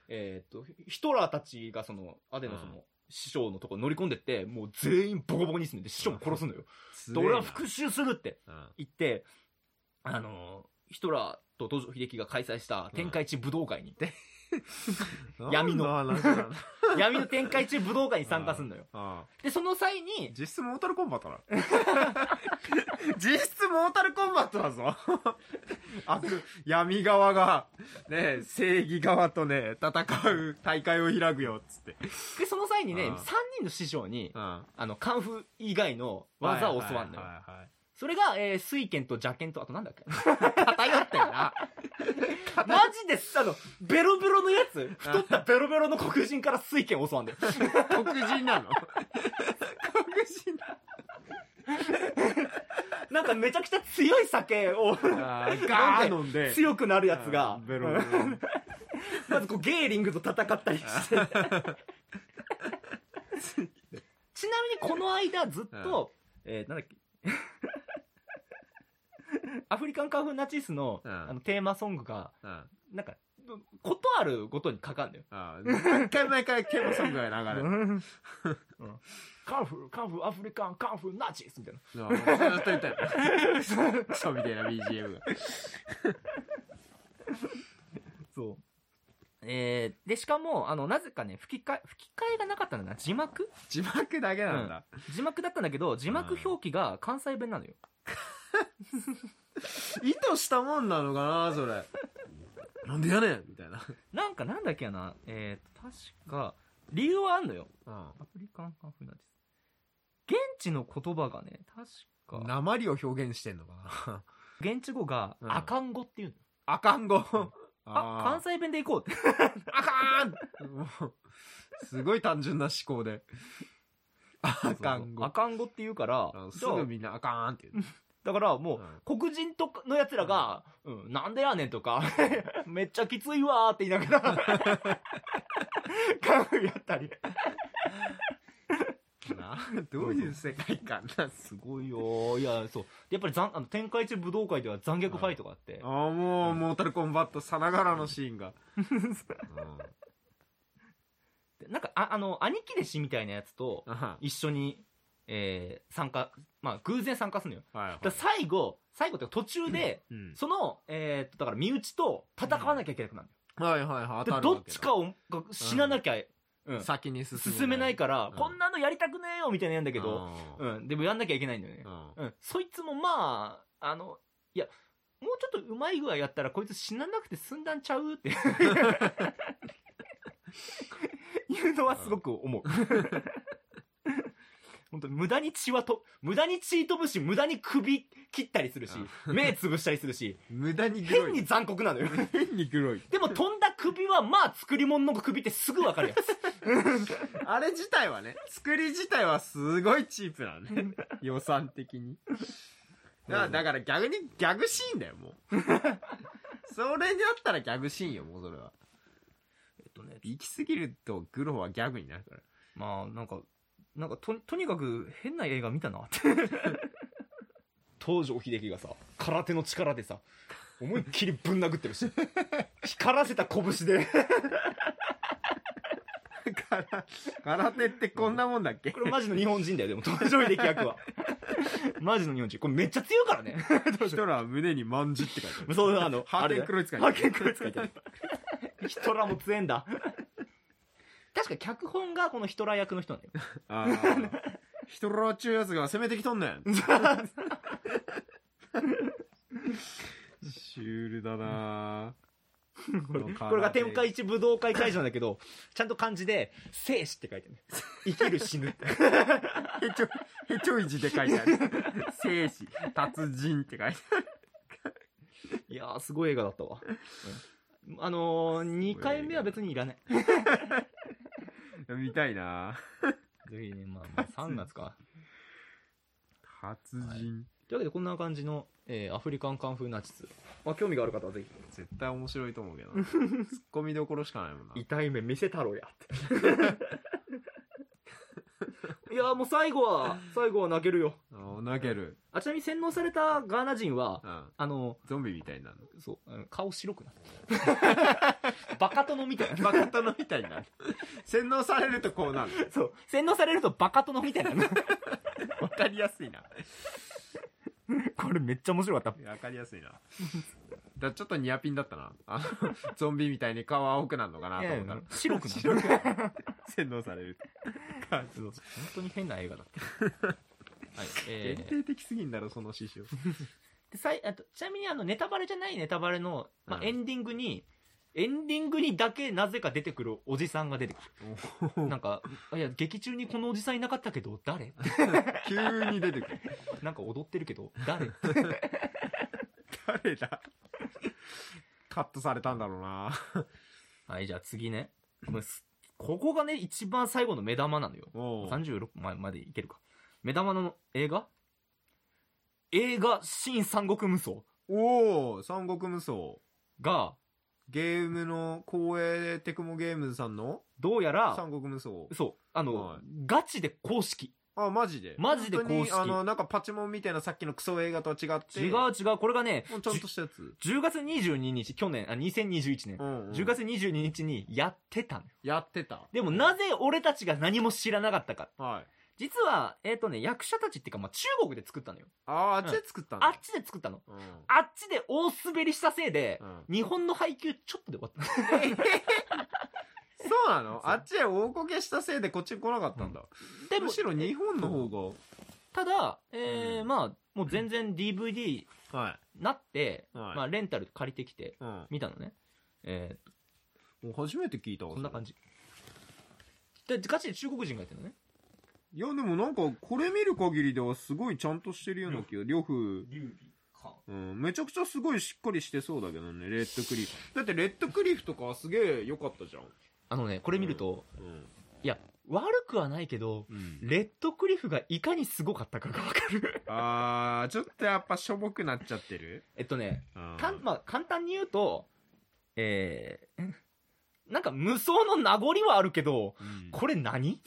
[SPEAKER 1] えーっと、ヒトラーたちがその、アデーのその、
[SPEAKER 2] う
[SPEAKER 1] 師匠のとこ乗り込んでって、もう全員ボコボコにするんで、師匠も殺すのよ。
[SPEAKER 2] ー。
[SPEAKER 1] で、俺は復讐するって
[SPEAKER 2] うん
[SPEAKER 1] 言って、あのー、ヒトラーと東条秀樹が開催した天下一武道会に、闇の
[SPEAKER 2] 何話なの
[SPEAKER 1] 闇の天下一武道会に参加するのよ。
[SPEAKER 2] あー
[SPEAKER 1] で、その際に、
[SPEAKER 2] 実質モータルコンバット だ。実質モータルコンバットだ ぞ。あ闇側が、ね、正義側とね、戦う大会を開くよ、つって。
[SPEAKER 1] で、その際にね、
[SPEAKER 2] う
[SPEAKER 1] 3
[SPEAKER 2] ん
[SPEAKER 1] 人の師匠に、
[SPEAKER 2] うん。
[SPEAKER 1] あの、カンフー以外の技を教わるのよ。
[SPEAKER 2] はいはいはい
[SPEAKER 1] それが、えー、水剣と邪剣と、あとなん だっけ
[SPEAKER 2] 偏ってん な。
[SPEAKER 1] マジで、あの、ベロベロのやつ、太ったベロベロの黒人から水剣教わんだよ。
[SPEAKER 2] 黒人なの黒人
[SPEAKER 1] なんかめちゃくちゃ強い酒を、
[SPEAKER 2] なのガー飲んで。
[SPEAKER 1] 強くなるやつが、
[SPEAKER 2] ベロベロ。
[SPEAKER 1] まずこうゲーリングと戦ったり して。ちなみにこの間ずっと、えー、なんだっけ。 アフリカンカンフーナチスの,、
[SPEAKER 2] うん
[SPEAKER 1] あのテーマソングが、
[SPEAKER 2] うん
[SPEAKER 1] なんか、ことあるごとにかかんだよ。
[SPEAKER 2] あー毎回毎回ケモソングが 流れる。
[SPEAKER 1] カンフー、カンフー、アフリカン、カンフー、ナチスみたいな。
[SPEAKER 2] ずーっと言ったよ。 クソみたいな BGM が。
[SPEAKER 1] そう。えー、で、しかも、あの、なぜかね、吹き替え、吹き替えがなかったんだな。字幕
[SPEAKER 2] 字幕だけなんだ。
[SPEAKER 1] 字幕だったんだけど、字幕表記が関西弁なのよ。
[SPEAKER 2] 意図したもんなのかな、それ。なんでやねんみたいな。
[SPEAKER 1] なんか、なんだっけやな。えー、確か、理由はあんのよ。アフリカンカンフーナチス。現地の言葉がね、確か、
[SPEAKER 2] 鉛を表現してんのか
[SPEAKER 1] 現地語が、
[SPEAKER 2] うん
[SPEAKER 1] アカン語っていうの。
[SPEAKER 2] な。あかんご。
[SPEAKER 1] あ、関西弁で行こうって。
[SPEAKER 2] あかんもうすごい単純な思考で。あかん ご
[SPEAKER 1] ア。カン語って言うから
[SPEAKER 2] あ、す
[SPEAKER 1] じゃあ
[SPEAKER 2] ぐみんなあかんって言う。
[SPEAKER 1] だからもう、
[SPEAKER 2] うん
[SPEAKER 1] 黒人とかのやつらが、うん、なんでやねんとか、 めっちゃきついわーって言いながら、 カンフーやった り。
[SPEAKER 2] などういう世界観なんす
[SPEAKER 1] すごいよー。いや、そう。やっぱり残、あの、展開中武道会では残虐ファイトがあって
[SPEAKER 2] あ。あ、もう、モータルコンバットさながらのシーンが。
[SPEAKER 1] でなんか、ああの、兄貴弟子みたいなやつと
[SPEAKER 2] うん は
[SPEAKER 1] 一緒に、えー参加、まあ、偶然参加するのよ。
[SPEAKER 2] いはい
[SPEAKER 1] だから最後、最後っていうか途中で、
[SPEAKER 2] うん
[SPEAKER 1] その、えーっと、だから身内と戦わなきゃいけなくなる
[SPEAKER 2] はいはいはい。
[SPEAKER 1] のよ。で
[SPEAKER 2] 当たるわ
[SPEAKER 1] どっ
[SPEAKER 2] けだ
[SPEAKER 1] ちかをが死ななきゃ、うん
[SPEAKER 2] 先に進めない。
[SPEAKER 1] 進めないから、
[SPEAKER 2] うん
[SPEAKER 1] こんなのやりたくねえよみたいなやんだけど、
[SPEAKER 2] う
[SPEAKER 1] うんん、でもやんなきゃいけないんだよね。うん、そいつもまあ、あの、いや、もうちょっとうまい具合やったらこいつ死ななくて済んだんちゃうって いうのはすごく思う。本当に無駄に血はと、無駄に血飛ぶし、無駄に首切ったりするし、目潰したりする し、
[SPEAKER 2] 無駄に黒
[SPEAKER 1] 変
[SPEAKER 2] い
[SPEAKER 1] に。残酷なのよ。
[SPEAKER 2] 変に黒い。
[SPEAKER 1] でも飛んだ首はまあ作り物の首ってすぐわかるやつ。
[SPEAKER 2] あれ自体はね、作り自体はすごいチープなのね。予算的に。だだから逆にギャグシーンだよ、もう。 それになったらギャグシーンよ、もうそれは。
[SPEAKER 1] えっとね、
[SPEAKER 2] 行き過ぎるとグロはギャグになるから。
[SPEAKER 1] まあ、なんか、なんかと、とにかく変な映画見たな って。東條英機がさ、空手の力でさ、思いっきりぶん殴ってるし、光らせた拳で。
[SPEAKER 2] から空手ってこんなもんだっけ
[SPEAKER 1] これマジの日本人だよ、でも、東條英機役は。マジの日本人。これめっちゃ強いからね。
[SPEAKER 2] ヒトラーは胸にまんじって書いてある。
[SPEAKER 1] そう、あの、
[SPEAKER 2] ハーケンクロイツ書いてある
[SPEAKER 1] ハーケンクロイツ書いてある。ヒトラーも強えんだ。確か脚本がこのヒトラー役の人なんだよ。
[SPEAKER 2] あー ヒトラーっちゅうやつが攻めてきとんねん。シュールだなぁ
[SPEAKER 1] これが天下一武道会会場なんだけど、ちゃんと漢字で、生死って書いてあるね。生きる死ぬって。
[SPEAKER 2] へちょ、へちょい字で書いてある。生死、達人って書いて
[SPEAKER 1] いやー、すごい映画だったわ。うんあのー、2回目は別にいらない。
[SPEAKER 2] ある。見たいな
[SPEAKER 1] ぜひね、まあ、 まあ3月か。
[SPEAKER 2] ぁ達人。
[SPEAKER 1] というわけで、こんな感じの、えーアフリカンカンフーナチス。まあ、興味がある方はぜ
[SPEAKER 2] 絶対面白いと思うけどな。ツッコミどころしかないもんな
[SPEAKER 1] ひ。。痛い目見せ太郎や って。いやー、もう最後は、最後は泣けるよ。
[SPEAKER 2] あー泣ける。
[SPEAKER 1] あ、ちなみに洗脳されたガーナ人は
[SPEAKER 2] う、ん。
[SPEAKER 1] あの
[SPEAKER 2] ゾンビみたいになる
[SPEAKER 1] ー、そう、あの顔白くな った。バカ殿みたいな。
[SPEAKER 2] の。バカ殿みたいになる。洗脳されるとこうなる。
[SPEAKER 1] そう。洗脳されるとバカ殿みたい な。
[SPEAKER 2] わかりやすいな。
[SPEAKER 1] これめっちゃ面白かっ
[SPEAKER 2] わかりやすいな。だからちょっとニアピンだったな。 あの、ゾンビみたいに顔青くなるのかなと思ったら。
[SPEAKER 1] 白くなる。
[SPEAKER 2] 洗脳される。
[SPEAKER 1] 本当に変な映画だった。 はい。え
[SPEAKER 2] 限
[SPEAKER 1] ー
[SPEAKER 2] 定的すぎんだろ、その師匠。
[SPEAKER 1] でさいあとちなみにあの、ネタバレじゃないネタバレの、まあ、
[SPEAKER 2] うん
[SPEAKER 1] エンディングに、エンディングにだけなぜか出てくるおじさんが出てくる。なんか、あいや、劇中にこのおじさんいなかったけど、誰
[SPEAKER 2] 急に出てくる。
[SPEAKER 1] なんか踊ってるけど、誰
[SPEAKER 2] 誰だカットされたんだろうな。
[SPEAKER 1] はい、じゃあ次ね。このすここがね、一番最後の目玉なのよ。
[SPEAKER 2] おう
[SPEAKER 1] 36ままでいけるか。目玉の映画映画、新三国無双
[SPEAKER 2] おう三国無双。
[SPEAKER 1] が、
[SPEAKER 2] ゲームの、光栄テクモゲームズさんの
[SPEAKER 1] どうやら、
[SPEAKER 2] 三国無双。
[SPEAKER 1] そう、あの、
[SPEAKER 2] はい
[SPEAKER 1] ガチで公式。
[SPEAKER 2] あ、マジで
[SPEAKER 1] マジで公式
[SPEAKER 2] 本当にあの、なんかパチモンみたいなさっきのクソ映画とは違って。
[SPEAKER 1] 違う
[SPEAKER 2] も
[SPEAKER 1] 違う、これがね、
[SPEAKER 2] うちゃんとしたやつ。
[SPEAKER 1] 10月22日、去年、あ、2021年、
[SPEAKER 2] ん
[SPEAKER 1] 10月22日にやってたのよ。
[SPEAKER 2] やってた。
[SPEAKER 1] でもなぜ俺たちが何も知らなかったか。
[SPEAKER 2] はい。
[SPEAKER 1] 実は、えっ、とね、役者たちっていうか、まあ、中国で作ったのよ。
[SPEAKER 2] ああ、あっちで作ったん
[SPEAKER 1] あ
[SPEAKER 2] だ
[SPEAKER 1] っ。ちで作ったの。
[SPEAKER 2] うん。
[SPEAKER 1] あっちで大滑りしたせいで
[SPEAKER 2] う、ん
[SPEAKER 1] 日本の配給ちょっとで終わった。
[SPEAKER 2] そうなのあっちへ大こけしたせいでこっちに来なかったんだ。
[SPEAKER 1] でも
[SPEAKER 2] む、しろ日本の方
[SPEAKER 1] ただ、えー
[SPEAKER 2] うん
[SPEAKER 1] まあ、もう全然 DVD
[SPEAKER 2] が。はい。
[SPEAKER 1] なって、
[SPEAKER 2] はい
[SPEAKER 1] まあ、レンタル借りてきて、
[SPEAKER 2] うん。
[SPEAKER 1] 見たのね。え
[SPEAKER 2] もう初めて聞いたわ。
[SPEAKER 1] ー、こんな感
[SPEAKER 2] じ。
[SPEAKER 1] じ。で、ガチで中国人がやってるのね。
[SPEAKER 2] いや、でもなんか、これ見る限りではすごいちゃんとしてるような気が、両夫。
[SPEAKER 1] 劉備
[SPEAKER 2] うん、めちゃくちゃすごいしっかりしてそうだけどね、レッドクリフ。だってレッドクリフとかはすげえ良かったじゃん。
[SPEAKER 1] あのね、これ見ると、
[SPEAKER 2] うん。
[SPEAKER 1] いや、悪くはないけど、
[SPEAKER 2] うん、
[SPEAKER 1] レッドクリフがいかにすごかったかがわかる。
[SPEAKER 2] あー、ちょっとやっぱしょぼくなっちゃってる。
[SPEAKER 1] えっとね、
[SPEAKER 2] うん
[SPEAKER 1] かん、まあ、簡単に言うと、えー、なんか無双の名残はあるけど、
[SPEAKER 2] うん
[SPEAKER 1] これ 何い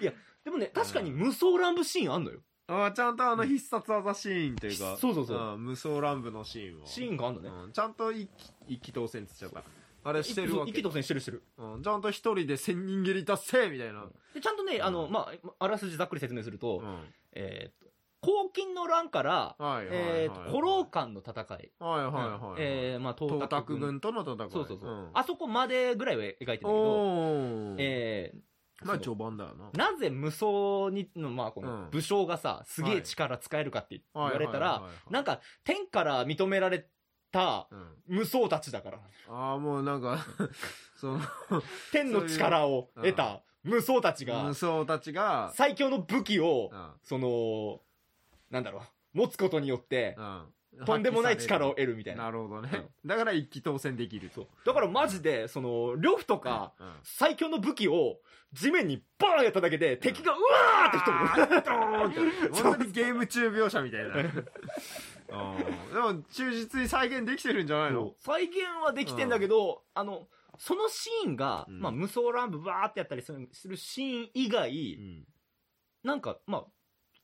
[SPEAKER 1] や、でもね、確かに無双乱舞シーンあんのよ。
[SPEAKER 2] あーちゃんとあの必殺技シーンというか、
[SPEAKER 1] そうそうそう。
[SPEAKER 2] ん無双乱舞のシーンは。
[SPEAKER 1] シーンがあんのね。
[SPEAKER 2] うん、ちゃんと一気一気当選っつっちゃった。あれしてるわ
[SPEAKER 1] 意
[SPEAKER 2] け
[SPEAKER 1] 気。投合してるしてる。
[SPEAKER 2] うん、ちゃんと一人で千人蹴り達成みたいな。
[SPEAKER 1] で、ちゃんとね、あの、
[SPEAKER 2] うん
[SPEAKER 1] まあ、あらすじざっくり説明すると、
[SPEAKER 2] うん。
[SPEAKER 1] えーっと、黄金の乱から、
[SPEAKER 2] はいはいはい、はい。
[SPEAKER 1] えーっと、古老館の戦い。
[SPEAKER 2] はいはいはい、はい。
[SPEAKER 1] えー、まあ、
[SPEAKER 2] 東
[SPEAKER 1] 東卓
[SPEAKER 2] 卓
[SPEAKER 1] 軍。
[SPEAKER 2] 軍との戦い。
[SPEAKER 1] そうそうそう、
[SPEAKER 2] ん
[SPEAKER 1] あそこまでぐらいは描いてんだけど、
[SPEAKER 2] おー。
[SPEAKER 1] え
[SPEAKER 2] まあ
[SPEAKER 1] そう
[SPEAKER 2] 序盤だよな
[SPEAKER 1] ー。なぜ無双に、の、まあ、こ
[SPEAKER 2] う
[SPEAKER 1] の
[SPEAKER 2] ん
[SPEAKER 1] 武将がさ、すげえ力使えるかって言われた
[SPEAKER 2] はいはい
[SPEAKER 1] ら
[SPEAKER 2] はいは、い
[SPEAKER 1] なんか、天から認められた
[SPEAKER 2] うん、
[SPEAKER 1] 無双たちだから。
[SPEAKER 2] ああ、もうな んか、その、
[SPEAKER 1] 天の力を
[SPEAKER 2] そういう
[SPEAKER 1] 得た無双たちが
[SPEAKER 2] 無、双たちが、
[SPEAKER 1] 最強の武器を
[SPEAKER 2] う、ん、
[SPEAKER 1] その、なんだろう、持つことによって、
[SPEAKER 2] うん。
[SPEAKER 1] とんでもない力を
[SPEAKER 2] 得
[SPEAKER 1] 得るみたいな。
[SPEAKER 2] なるほどね。だから一気当選できる
[SPEAKER 1] そ
[SPEAKER 2] と。
[SPEAKER 1] う。だからマジで、その、呂布とか、
[SPEAKER 2] うん。
[SPEAKER 1] 最強の武器を地面にバーンやっただけで敵がうわーって吹っ飛ぶ。
[SPEAKER 2] あードーンって本当にゲーム中描写み たいな。うんでも、忠実に再現できてるんじゃないの
[SPEAKER 1] 再現はできてんだけど、あの、そのシーンが、
[SPEAKER 2] うん
[SPEAKER 1] まあ無双乱舞バーってやったりするするシーン以外、
[SPEAKER 2] うん
[SPEAKER 1] なんか、まあ、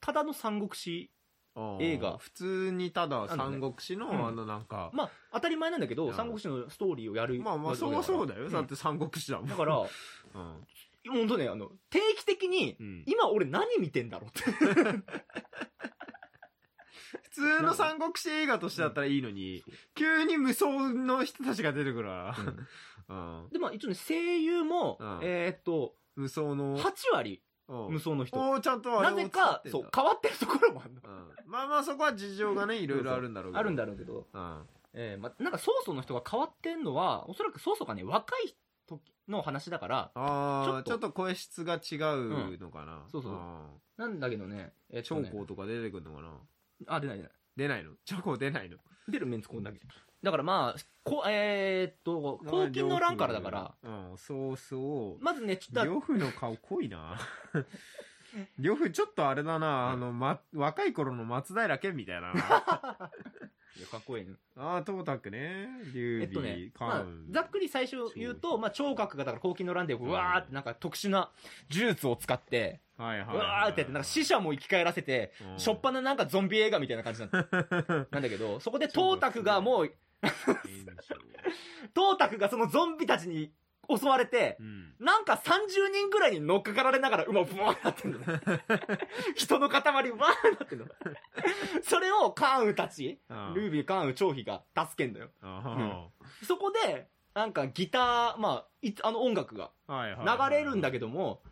[SPEAKER 1] ただの三国志、
[SPEAKER 2] あー
[SPEAKER 1] 映画
[SPEAKER 2] 普通にただ三国志
[SPEAKER 1] あのね
[SPEAKER 2] のあのなんか、
[SPEAKER 1] まあ当たり前なんだけど、
[SPEAKER 2] うん
[SPEAKER 1] 三国志のストーリーをやる。
[SPEAKER 2] まあまあそうはそうだよ。
[SPEAKER 1] ん
[SPEAKER 2] だって三国志だもん。
[SPEAKER 1] だから、本
[SPEAKER 2] うん。
[SPEAKER 1] 当ね、あの、定期的に、
[SPEAKER 2] うん
[SPEAKER 1] 今俺何見てんだろうって。
[SPEAKER 2] 普通の三国志映画としてだったらいいのに、急に無双の人たちが出てくるか
[SPEAKER 1] うん
[SPEAKER 2] ら、うん。
[SPEAKER 1] で、まあ一応ね、声優も、
[SPEAKER 2] うん
[SPEAKER 1] えーっと、
[SPEAKER 2] 無双の、
[SPEAKER 1] 8割
[SPEAKER 2] うん
[SPEAKER 1] 無双の人。
[SPEAKER 2] おーちゃんとあれ
[SPEAKER 1] な
[SPEAKER 2] を
[SPEAKER 1] ぜか
[SPEAKER 2] 使ってんだ
[SPEAKER 1] そう変わってるところもあるの
[SPEAKER 2] うんまあまあそこは事情がね、いろいろあるんだろうけど。
[SPEAKER 1] あるんだろうけど、
[SPEAKER 2] うん。
[SPEAKER 1] えーま、なんか曹操の人が変わってんのはおそらく曹操がね若い時の話だから
[SPEAKER 2] あ
[SPEAKER 1] ちょっ
[SPEAKER 2] あ、
[SPEAKER 1] と
[SPEAKER 2] ちょっと声質が違うのかな。
[SPEAKER 1] んそうそう
[SPEAKER 2] あ
[SPEAKER 1] なんだけどねえ
[SPEAKER 2] ー
[SPEAKER 1] ーと
[SPEAKER 2] 長
[SPEAKER 1] ね
[SPEAKER 2] 江とか出てくるのかな
[SPEAKER 1] あ出ない出ない
[SPEAKER 2] 出ないの長江出ないの
[SPEAKER 1] 出るメンツこんだけだからまあこえーっと黄金の乱からだから。
[SPEAKER 2] うん、そうそう。
[SPEAKER 1] まずねちょっと
[SPEAKER 2] 呂布の顔濃い な。呂布ちょっとあれだな、あの、ま、若い頃の松平健みたいだな。
[SPEAKER 1] いやかっこいいね
[SPEAKER 2] ああ、トータクね。
[SPEAKER 1] え
[SPEAKER 2] 劉
[SPEAKER 1] っと
[SPEAKER 2] 備
[SPEAKER 1] ね、、
[SPEAKER 2] 関
[SPEAKER 1] まあ、ざっくり最初言うと、まあ、聴覚がだから黄金の乱で、うわーってなんか特殊な呪術を使って、
[SPEAKER 2] はいは
[SPEAKER 1] う
[SPEAKER 2] いはい。
[SPEAKER 1] わーってやって、なんか死者も生き返らせて、
[SPEAKER 2] うん
[SPEAKER 1] しょっぱななんかゾンビ映画みたいな感じなん だなんだけど、そこでトータクがもう、
[SPEAKER 2] 炎症
[SPEAKER 1] トータクがそのゾンビたちに襲われて
[SPEAKER 2] う、ん。
[SPEAKER 1] なんか30人ぐらいに乗っかかられながら、うま、ブワーなって んのね。人の塊、わーなってんの。それをカーンウたち、
[SPEAKER 2] うん
[SPEAKER 1] ルービー、カーンウ、張飛が助けんだよ。
[SPEAKER 2] あ
[SPEAKER 1] そこで、なんかギター、まあ、いあの音楽が
[SPEAKER 2] ーはいはいはい
[SPEAKER 1] 流れるんだけども、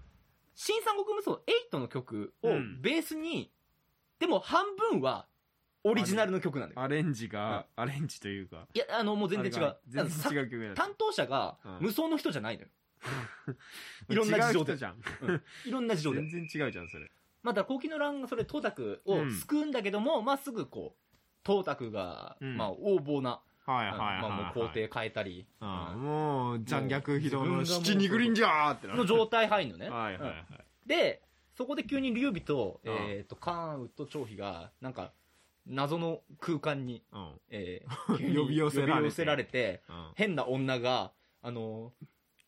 [SPEAKER 1] 新三国無双8の曲を
[SPEAKER 2] うん
[SPEAKER 1] ベースに、でも半分はオリジナルの曲なんだよ。
[SPEAKER 2] アレンジが、アレンジというか。
[SPEAKER 1] いや、あの、もう全然違う
[SPEAKER 2] あ。れが
[SPEAKER 1] さ
[SPEAKER 2] 全然違う曲や
[SPEAKER 1] 担当者が
[SPEAKER 2] うん
[SPEAKER 1] 無双の人じゃ ないのよ。いろんな事情で
[SPEAKER 2] 違う人じゃん。
[SPEAKER 1] いろんな事情で
[SPEAKER 2] 全。然違うじゃん、それ。
[SPEAKER 1] まあ、だから、黄金の乱がそれ、トータクを
[SPEAKER 2] うん
[SPEAKER 1] 救うんだけども、まあ、すぐこう、トータクが、
[SPEAKER 2] うん
[SPEAKER 1] まあ、横暴な、
[SPEAKER 2] はい
[SPEAKER 1] うんまあ、もう皇帝変えたり、
[SPEAKER 2] ああ
[SPEAKER 1] うん
[SPEAKER 2] もう、残虐非道
[SPEAKER 1] もう
[SPEAKER 2] の
[SPEAKER 1] 自分がもう
[SPEAKER 2] 七にグリンじゃーってな
[SPEAKER 1] の状態入んのね。
[SPEAKER 2] はいはいは
[SPEAKER 1] うん
[SPEAKER 2] い。
[SPEAKER 1] で、そこで急に劉備と、
[SPEAKER 2] うん
[SPEAKER 1] えっ、と、関羽と張飛が、なんか、謎の空間に、
[SPEAKER 2] うん。
[SPEAKER 1] え ー急に
[SPEAKER 2] 呼び寄せられて
[SPEAKER 1] 呼び寄せられて、
[SPEAKER 2] うん
[SPEAKER 1] 変な女が、あの、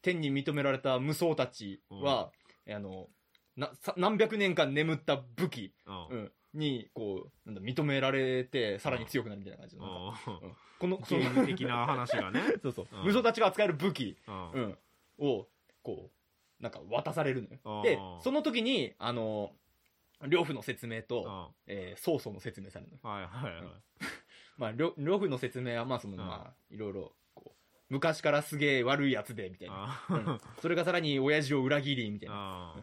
[SPEAKER 1] 天に認められた無双たちは、あの、な、さ何百年間眠った武器、
[SPEAKER 2] うん
[SPEAKER 1] うん、に、こう、なんだ、認められて、さらに強くなるみたいな感じの。なんか
[SPEAKER 2] う
[SPEAKER 1] こ の、
[SPEAKER 2] ん
[SPEAKER 1] その
[SPEAKER 2] ゲーム的な話がね。
[SPEAKER 1] そうそう
[SPEAKER 2] うん。
[SPEAKER 1] 武将たちが扱える武器、
[SPEAKER 2] うん
[SPEAKER 1] うん、を、こう、なんか渡されるのよ。
[SPEAKER 2] あ
[SPEAKER 1] で
[SPEAKER 2] ー、
[SPEAKER 1] その時に、あの、両夫の説明
[SPEAKER 2] うん
[SPEAKER 1] と、
[SPEAKER 2] は
[SPEAKER 1] えー、曹操の説明されるのよ。
[SPEAKER 2] いはいはい。
[SPEAKER 1] まあ、両両夫の説明は、まあ、その、
[SPEAKER 2] ん
[SPEAKER 1] まあ、いろいろ、こう、昔からすげえ悪いやつで、みたいな。
[SPEAKER 2] あ
[SPEAKER 1] う
[SPEAKER 2] ー
[SPEAKER 1] んそれがさらに親父を裏切り、みたいな。
[SPEAKER 2] あー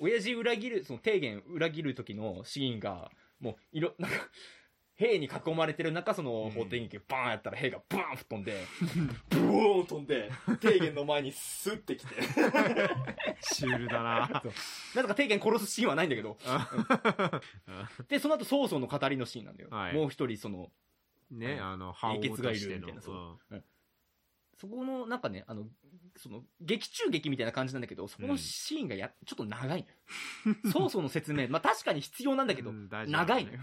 [SPEAKER 1] 親父裏切る、その、提言裏切る時のシーンが、もう、いろ、なんか、兵に囲まれてる中、その、法廷劇バーンやったら兵がバーン吹っ飛ん で、ブオーン飛んで、提言の前にスッてきて。
[SPEAKER 2] シュールだ
[SPEAKER 1] な
[SPEAKER 2] な。
[SPEAKER 1] ぜか提言殺すシーンはないんだけど。で、その後、曹操の語りのシーンなんだよ。
[SPEAKER 2] はい
[SPEAKER 1] もう一人、その、
[SPEAKER 2] ね、
[SPEAKER 1] うん
[SPEAKER 2] あの、歯を落としての
[SPEAKER 1] いけつがいるみたいなそう
[SPEAKER 2] うん
[SPEAKER 1] そこの、なんかね、あの、その、劇中劇みたいな感じなんだけど、そこのシーンがや、ちょっと長いのよ。曹操の説明、まあ確かに必要なんだけど、
[SPEAKER 2] うん大事だ
[SPEAKER 1] 長いのよ。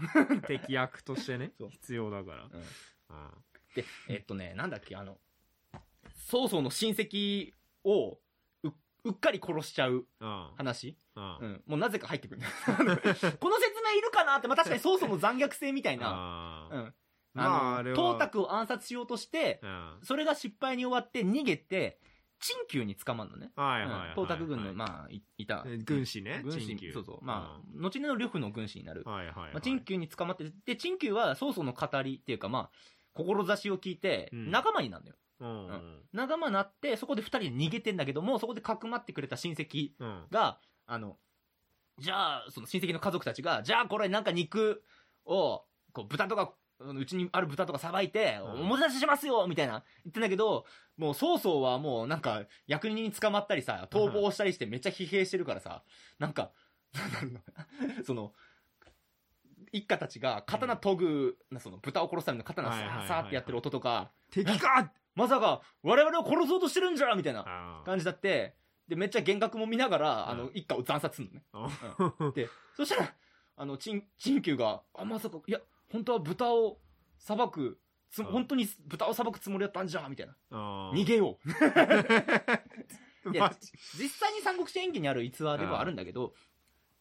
[SPEAKER 2] 敵役としてね
[SPEAKER 1] そう、
[SPEAKER 2] 必要だから。
[SPEAKER 1] うん
[SPEAKER 2] あ
[SPEAKER 1] で、えっとね、なんだっけ、あの、曹操の親戚を、ううっかり殺しちゃう
[SPEAKER 2] あ
[SPEAKER 1] 話
[SPEAKER 2] あ
[SPEAKER 1] う。ん。もうなぜか入ってくる。 この説明いるかなって、まあ確かに曹操の残虐性みたいな。
[SPEAKER 2] あ
[SPEAKER 1] う
[SPEAKER 2] ー
[SPEAKER 1] ん。
[SPEAKER 2] まあ、あ
[SPEAKER 1] の、
[SPEAKER 2] れ
[SPEAKER 1] 董
[SPEAKER 2] は。
[SPEAKER 1] 卓を暗殺しようとして
[SPEAKER 2] う、ん
[SPEAKER 1] それが失敗に終わって逃げて、陳宮に捕まるのね。
[SPEAKER 2] は
[SPEAKER 1] う
[SPEAKER 2] いはい
[SPEAKER 1] ん
[SPEAKER 2] はい。
[SPEAKER 1] 董卓軍の、
[SPEAKER 2] あ、
[SPEAKER 1] まあ、いいた。
[SPEAKER 2] 軍師ね。
[SPEAKER 1] 軍師
[SPEAKER 2] 陳旧
[SPEAKER 1] そうそう。まあ、後の呂布の軍師になる。
[SPEAKER 2] あ、はいはいはい。
[SPEAKER 1] まあ、陳宮に捕まって、で、陳宮は曹操の語りっていうか、まあ、志を聞いて、
[SPEAKER 2] うん
[SPEAKER 1] 仲間になるのよ。
[SPEAKER 2] うんう。
[SPEAKER 1] うん仲間になって、そこで二人で逃げてんだけども、そこでかくまってくれた親戚
[SPEAKER 2] うん。
[SPEAKER 1] が、あの、じゃあ、その親戚の家族たちが、じゃあこれなんか肉を、こう豚とか、うんうちにある豚とかさばいて、
[SPEAKER 2] うん
[SPEAKER 1] おもてなししますよみたいな言ってんだけど、もう曹操はもうなんか役人に捕まったりさ、逃亡したり してめっちゃ疲弊してるからさ、なんか、なんだろうなその、一家たちが刀研ぐ、その豚を殺すための刀さ
[SPEAKER 2] はいはい
[SPEAKER 1] ー
[SPEAKER 2] はいはい
[SPEAKER 1] さーってやってる音とか、
[SPEAKER 2] 敵か
[SPEAKER 1] まさか我々を殺そうとしてるんじゃみたいな
[SPEAKER 2] あ
[SPEAKER 1] 感じだって、で、めっちゃ幻覚も見ながら、あ
[SPEAKER 2] う
[SPEAKER 1] の
[SPEAKER 2] ん、
[SPEAKER 1] 一家を惨殺するのね。
[SPEAKER 2] ー
[SPEAKER 1] で、そしたら、あの、陳、陳宮が、あ、まさか、いや、本当は豚を裁く、つ、
[SPEAKER 2] うん
[SPEAKER 1] 本当に豚を裁くつもりだったんじゃみたいな。
[SPEAKER 2] あー
[SPEAKER 1] 逃げよう。いや
[SPEAKER 2] マジ
[SPEAKER 1] 実際に三国志演義にある逸話ではあるんだけど、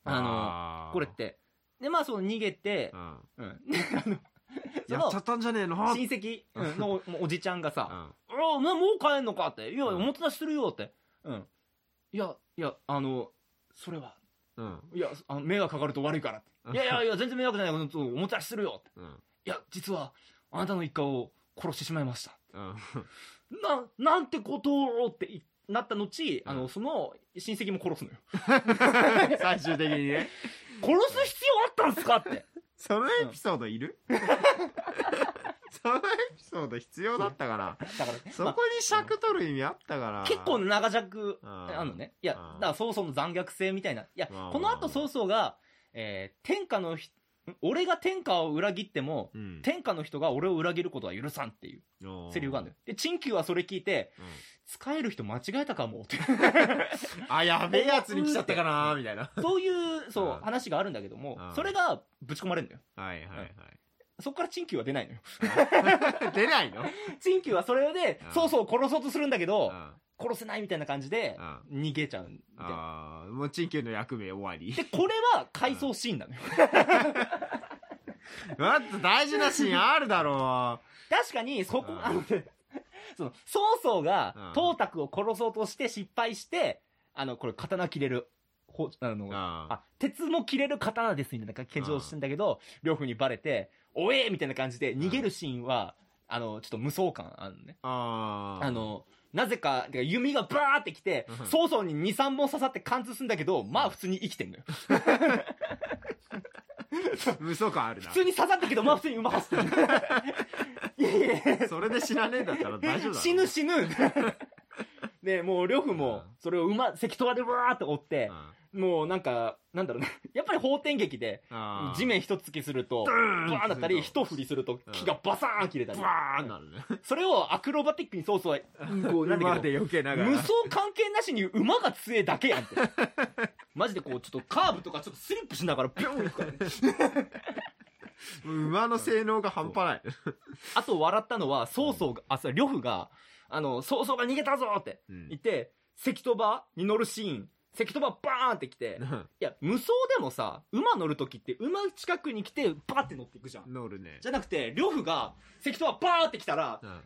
[SPEAKER 1] あの、
[SPEAKER 2] あー
[SPEAKER 1] これって。で、まあ、その逃げて
[SPEAKER 2] う、ん
[SPEAKER 1] うん。であの、そ
[SPEAKER 2] やっ
[SPEAKER 1] の
[SPEAKER 2] ちゃ、ったんじゃねえの
[SPEAKER 1] 親戚うんのおおじちゃんがさ、
[SPEAKER 2] うん
[SPEAKER 1] ああ、もう帰んのかって。いや、
[SPEAKER 2] うん
[SPEAKER 1] おもてなしするよって。うん。いや、いや、あの、それは、
[SPEAKER 2] うん。
[SPEAKER 1] いや、あの迷惑かかると悪いからって。いやいやいや、全然迷惑じゃないこと、おもてなしするよって。
[SPEAKER 2] うん。
[SPEAKER 1] いや、実は、あなたの一家を殺してしまいました。
[SPEAKER 2] うん。
[SPEAKER 1] な、なんてことをっていなった後、あ
[SPEAKER 2] う
[SPEAKER 1] の、その親戚も殺すのよ。
[SPEAKER 2] 最終的にね。
[SPEAKER 1] 殺す必要あったんすか って。
[SPEAKER 2] そのエピソード いるそのエピソード必要だったから。
[SPEAKER 1] だから、
[SPEAKER 2] そ
[SPEAKER 1] ま
[SPEAKER 2] こに尺取る意味あったから。
[SPEAKER 1] あ結構長尺
[SPEAKER 2] あ
[SPEAKER 1] あのね。いや、だ
[SPEAKER 2] うん
[SPEAKER 1] から曹操の残虐性みたいな。いや、
[SPEAKER 2] うん
[SPEAKER 1] この後曹操が、えー天下のひ、ん俺が天下を裏切っても、
[SPEAKER 2] うん。
[SPEAKER 1] 天下の人が俺を裏切ることは許さんっていうセリフがあるのよ。で、陳宮はそれ聞いて、
[SPEAKER 2] うん
[SPEAKER 1] 使える人間違えたか もって。
[SPEAKER 2] あ、やべえやつに来ちゃったかなみたいな。
[SPEAKER 1] そういう、そうう、
[SPEAKER 2] ん
[SPEAKER 1] 話があるんだけども
[SPEAKER 2] う、ん
[SPEAKER 1] それがぶち込まれるのよ。
[SPEAKER 2] はいはいはい。
[SPEAKER 1] そこから陳宮は出ないの よ。
[SPEAKER 2] 出ないの
[SPEAKER 1] 陳宮はそれで
[SPEAKER 2] うん、
[SPEAKER 1] 曹操を殺そうとするんだけど、
[SPEAKER 2] あ
[SPEAKER 1] 殺せないみたいな感じで、逃げちゃうみたいな。
[SPEAKER 2] あー、もう陳旧の役目終わり。
[SPEAKER 1] で、これは回想シーンなのよ。
[SPEAKER 2] もっと大事なシーンあるだろ
[SPEAKER 1] 確かに、そこ
[SPEAKER 2] う、ん
[SPEAKER 1] あのね、 その、曹操
[SPEAKER 2] うん
[SPEAKER 1] が、董卓を殺そうとして失敗して、あの、これ、刀切れる、ほ、あの
[SPEAKER 2] う。、あ
[SPEAKER 1] あ、鉄も切れる刀ですみたいな献上してんだけど、両夫にバレて、おえみたいな感じで逃げるシーンは、あの、ちょっと無双感あるのね。
[SPEAKER 2] あー。
[SPEAKER 1] あ の、なぜか、てか弓がバーってきて
[SPEAKER 2] うん、
[SPEAKER 1] 曹操に2、3本刺さって貫通すんだけど、まあ普通に生きてんのよ。
[SPEAKER 2] 無双感あるな
[SPEAKER 1] 普。通に刺さったけど、まあ普通に馬走って る。いやいやいや
[SPEAKER 2] それで死なねえんだったら大丈夫だろ。
[SPEAKER 1] 死ぬ死 ぬで、もう、呂布
[SPEAKER 2] うん
[SPEAKER 1] も、それを馬、関東でわーって追って
[SPEAKER 2] う、ん
[SPEAKER 1] もうなんか、なんだろうね。やっぱり方天劇で、
[SPEAKER 2] あー
[SPEAKER 1] 地面一突きすると、
[SPEAKER 2] ドーン
[SPEAKER 1] バーンだったり、一振りすると
[SPEAKER 2] うん
[SPEAKER 1] 木がバサーン切れたり
[SPEAKER 2] ブ。ワーンなるね。
[SPEAKER 1] それをアクロバティックにそうそうは、こう、なんだ
[SPEAKER 2] 馬
[SPEAKER 1] け
[SPEAKER 2] で避けな
[SPEAKER 1] ど、
[SPEAKER 2] がら。
[SPEAKER 1] 無双関係なしに馬が強えだけやん って。マジでこう、ちょっとカーブとかちょっとスリップしながら、ビョン行くからね。
[SPEAKER 2] 馬の性能が半端ない。
[SPEAKER 1] あと笑ったのは、曹操が、あ、そう、呂布が、あの、曹操が逃げたぞって
[SPEAKER 2] うん
[SPEAKER 1] 言って、関戸場に乗るシーン、石刀ばバーンって来て、いや、無双でもさ、馬乗るときって馬近くに来て、バーって乗っていくじゃん。
[SPEAKER 2] 乗るね
[SPEAKER 1] じ。ゃなくて、呂布が、石刀ばバーンって来たら、
[SPEAKER 2] うん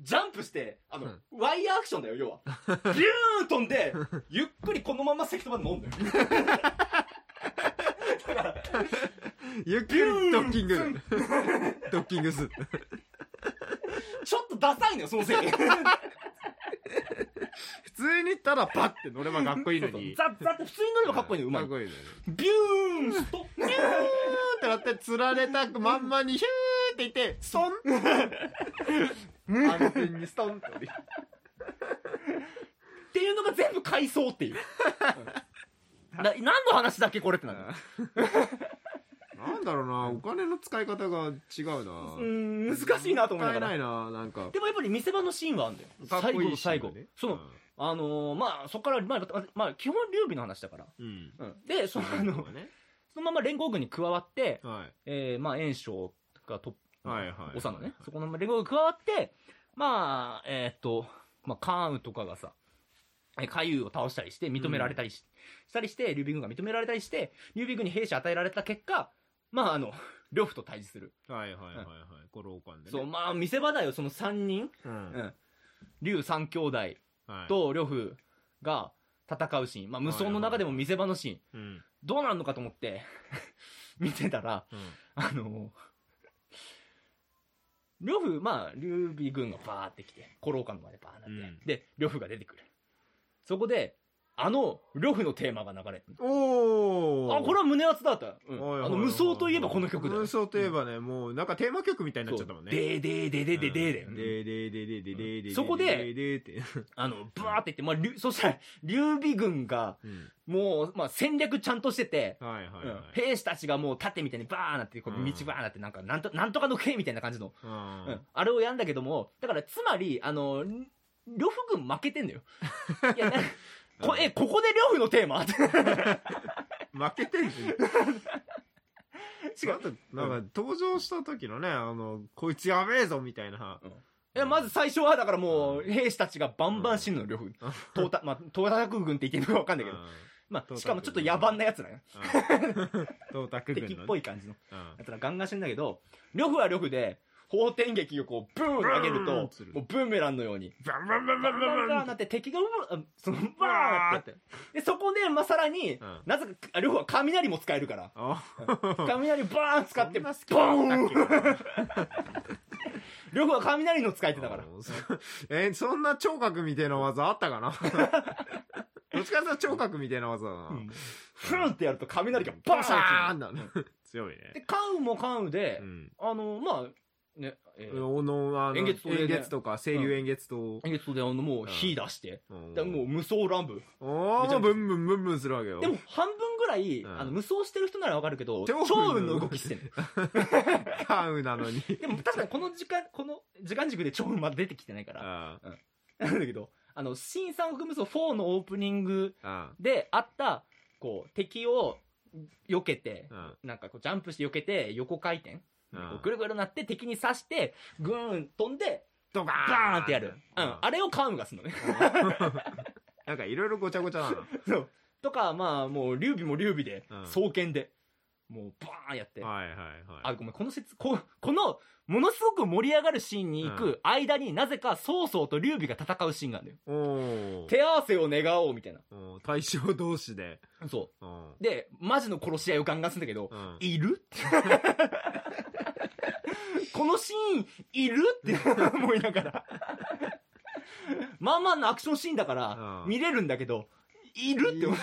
[SPEAKER 1] ジャンプして、あの、
[SPEAKER 2] うん
[SPEAKER 1] ワイヤーアクションだよ、要は。 ビューン飛んで、ゆっくりこのまま石刀ば飲んだよ。
[SPEAKER 2] ゆっくりドッキング
[SPEAKER 1] ビュ。
[SPEAKER 2] ドッキングする。
[SPEAKER 1] ちょっとダサいのよ、そのせい で。
[SPEAKER 2] 普通にただパッて乗ればかっこいいの
[SPEAKER 1] そう そう
[SPEAKER 2] に。
[SPEAKER 1] ザッザッって普通に乗ればかっこいいの、うまい
[SPEAKER 2] かっ。こいいのよね。
[SPEAKER 1] ビューンストッ
[SPEAKER 2] ピューンってなって、釣られたまんまにヒューっていって、ストン 安全にストンって降りる
[SPEAKER 1] っていうのが全部回想 っていう。な何の話だっけこれってなる。
[SPEAKER 2] なんだろうな、お金の使い方が違うな。
[SPEAKER 1] うん、難しいなと思いな
[SPEAKER 2] 使え
[SPEAKER 1] が
[SPEAKER 2] な
[SPEAKER 1] ら。
[SPEAKER 2] いな、なんか。
[SPEAKER 1] でもやっぱり見せ場のシーンはあるんだよ。
[SPEAKER 2] かっ
[SPEAKER 1] 最
[SPEAKER 2] こ
[SPEAKER 1] 後
[SPEAKER 2] い
[SPEAKER 1] の
[SPEAKER 2] いシーン
[SPEAKER 1] 最
[SPEAKER 2] だ
[SPEAKER 1] 後
[SPEAKER 2] ね。
[SPEAKER 1] その、あのーまあ、そこから、まあ、まあ、基本劉備の話だから。
[SPEAKER 2] うん。
[SPEAKER 1] うんで、その、あ
[SPEAKER 2] そう
[SPEAKER 1] の
[SPEAKER 2] だ、ね
[SPEAKER 1] そのまま連合軍に加わって、
[SPEAKER 2] はい。
[SPEAKER 1] えー、まあ、袁紹がトップ、
[SPEAKER 2] はいはい
[SPEAKER 1] 長のね、そこの連合軍加わって、まあ、えーっと、まあ、関羽とかがさ、え海遊を倒したりして、認められたりし,、たりして、劉備軍が認められたりして、劉備軍に兵士与えられた結果、まあ、あの、呂布と対峙する。
[SPEAKER 2] はいはいはいはい。これ王冠でね。
[SPEAKER 1] そう、まあ、見せ場だよ、その3人、
[SPEAKER 2] うん。
[SPEAKER 1] うん劉三兄弟
[SPEAKER 2] はい、
[SPEAKER 1] と呂布が戦うシーン、まあ、無双の中でも見せ場のシーン、
[SPEAKER 2] うん。
[SPEAKER 1] どうなるのかと思って、 見てたら、
[SPEAKER 2] うん。
[SPEAKER 1] あの、呂布、まあ、劉備軍がバーって来て、古老館までバーってなって、
[SPEAKER 2] うん
[SPEAKER 1] で、呂布が出てくる。そこで、あの、呂布のテーマが流れる。
[SPEAKER 2] おー
[SPEAKER 1] あ、これは胸熱だった。うん
[SPEAKER 2] おいおいおいおい
[SPEAKER 1] あの、無双といえばこの曲だよ。
[SPEAKER 2] 無双といえばね、もうなんかテーマ曲みたいになっちゃったもんね。
[SPEAKER 1] でーでーでーでーでーでーだよ
[SPEAKER 2] うん
[SPEAKER 1] ね。
[SPEAKER 2] ででででででで
[SPEAKER 1] そこで
[SPEAKER 2] ででって。
[SPEAKER 1] あの、バーって言って、まあ、りゅそしたら、劉備軍が、
[SPEAKER 2] うん
[SPEAKER 1] もう、まあ、戦略ちゃんとしてて、
[SPEAKER 2] はいはい
[SPEAKER 1] うん
[SPEAKER 2] は
[SPEAKER 1] 兵士たちがもう盾みたいにバーンなって、こう
[SPEAKER 2] うん
[SPEAKER 1] 道バーンなって、なんか、なんと、なんとかの剣みたいな感じの、う
[SPEAKER 2] い
[SPEAKER 1] ん。あれをやんだけども、だからつまり、あの、ん呂布軍負けてんだ よ。いや、なこえ、ここで呂布のテーマ
[SPEAKER 2] うん。負けてる
[SPEAKER 1] 違
[SPEAKER 2] あ
[SPEAKER 1] う。
[SPEAKER 2] と、なんか登場した時のね、あの、こいつやべえぞみたいな。
[SPEAKER 1] いや、まず最初は、だからもう、
[SPEAKER 2] うん
[SPEAKER 1] 兵士たちがバンバン死ぬの、呂布。トータ、まあ、トータク軍って言ってるのかわかんないけど。ま
[SPEAKER 2] ト
[SPEAKER 1] あ、
[SPEAKER 2] ータク軍
[SPEAKER 1] しかもちょっと野蛮なやつなんよ。
[SPEAKER 2] 東卓軍のね。
[SPEAKER 1] 敵っぽい感じの。
[SPEAKER 2] うん。
[SPEAKER 1] やつらガンガン死んだけど、呂布は呂布で、方天劇をこう、ブーンって上げる
[SPEAKER 2] ブーンっ
[SPEAKER 1] と
[SPEAKER 2] てする、
[SPEAKER 1] もうブーメランのように、
[SPEAKER 2] バンバンバン
[SPEAKER 1] バ
[SPEAKER 2] バ
[SPEAKER 1] ンバン
[SPEAKER 2] ンバン
[SPEAKER 1] バ
[SPEAKER 2] バ
[SPEAKER 1] ン
[SPEAKER 2] ン
[SPEAKER 1] なって敵が、うわあその、バーンって。で、そこで、まあ、さらに、
[SPEAKER 2] うん
[SPEAKER 1] なぜか、両方は雷も使えるから、
[SPEAKER 2] あ
[SPEAKER 1] 雷バーン使って、
[SPEAKER 2] そん
[SPEAKER 1] ボ
[SPEAKER 2] な好きだ
[SPEAKER 1] ーン
[SPEAKER 2] ったっけ
[SPEAKER 1] 両方は雷の使えてたから。
[SPEAKER 2] あーそえーそんな聴覚みたいな技あったかなどっちかというと聴覚みたいな技だな。
[SPEAKER 1] うんふんってやると雷がバ
[SPEAKER 2] バサ
[SPEAKER 1] ー
[SPEAKER 2] ー
[SPEAKER 1] ン
[SPEAKER 2] ンだね。強い
[SPEAKER 1] で、
[SPEAKER 2] ね。
[SPEAKER 1] 関羽も関羽で
[SPEAKER 2] う、ん。
[SPEAKER 1] あの、まあ、ね、えー
[SPEAKER 2] おの、あの、
[SPEAKER 1] 円
[SPEAKER 2] 演
[SPEAKER 1] 月
[SPEAKER 2] 月
[SPEAKER 1] とね
[SPEAKER 2] とか、声優演月と、
[SPEAKER 1] えっとで、あの、もう火出して、
[SPEAKER 2] うん
[SPEAKER 1] でもう無双乱舞。
[SPEAKER 2] お
[SPEAKER 1] めちゃめ
[SPEAKER 2] ー、
[SPEAKER 1] ちゃ
[SPEAKER 2] ブンブンブンブンするわけよ。
[SPEAKER 1] でも、半分ぐらい、
[SPEAKER 2] うん
[SPEAKER 1] あの、無双してる人ならわかるけど、
[SPEAKER 2] 超
[SPEAKER 1] 超
[SPEAKER 2] 運
[SPEAKER 1] 雲の動きしてる。
[SPEAKER 2] 関羽な のに。
[SPEAKER 1] でも、確かにこの時間、この時間軸で超雲まだ出てきてないから。
[SPEAKER 2] あ
[SPEAKER 1] なんだけど、あの、新三国無双4のオープニング
[SPEAKER 2] あ、
[SPEAKER 1] であった、こう、敵を避けて、
[SPEAKER 2] あ
[SPEAKER 1] なんかこう、ジャンプして避けて、横回転。こう
[SPEAKER 2] あ
[SPEAKER 1] ぐ。るぐるなって敵に刺して、ぐーん飛んで、
[SPEAKER 2] ドバ
[SPEAKER 1] バーンってやる。うん。あれをカウムがするのね。
[SPEAKER 2] なんかいろいろごちゃご ちゃなの。
[SPEAKER 1] そう。とか、まあ、もう、劉備も劉備で
[SPEAKER 2] うん、
[SPEAKER 1] 双剣で、もう、バーンやって。
[SPEAKER 2] はいはいは
[SPEAKER 1] あ、
[SPEAKER 2] い。
[SPEAKER 1] ごめん、この説、ここの、ものすごく盛り上がるシーンに行く間に、なぜか曹操と劉備が戦うシーンがあるのよ。
[SPEAKER 2] おー
[SPEAKER 1] 手合わせを願おう、みたいな。
[SPEAKER 2] おー。対象同士で。
[SPEAKER 1] そう。
[SPEAKER 2] うん
[SPEAKER 1] で、マジの殺し合いをガンガンするんだけど
[SPEAKER 2] う、ん。
[SPEAKER 1] いる って。このシーン、いるって 思いながら。まあまあのアクションシーンだから
[SPEAKER 2] う、ん
[SPEAKER 1] 見れるんだけど、いるって思う。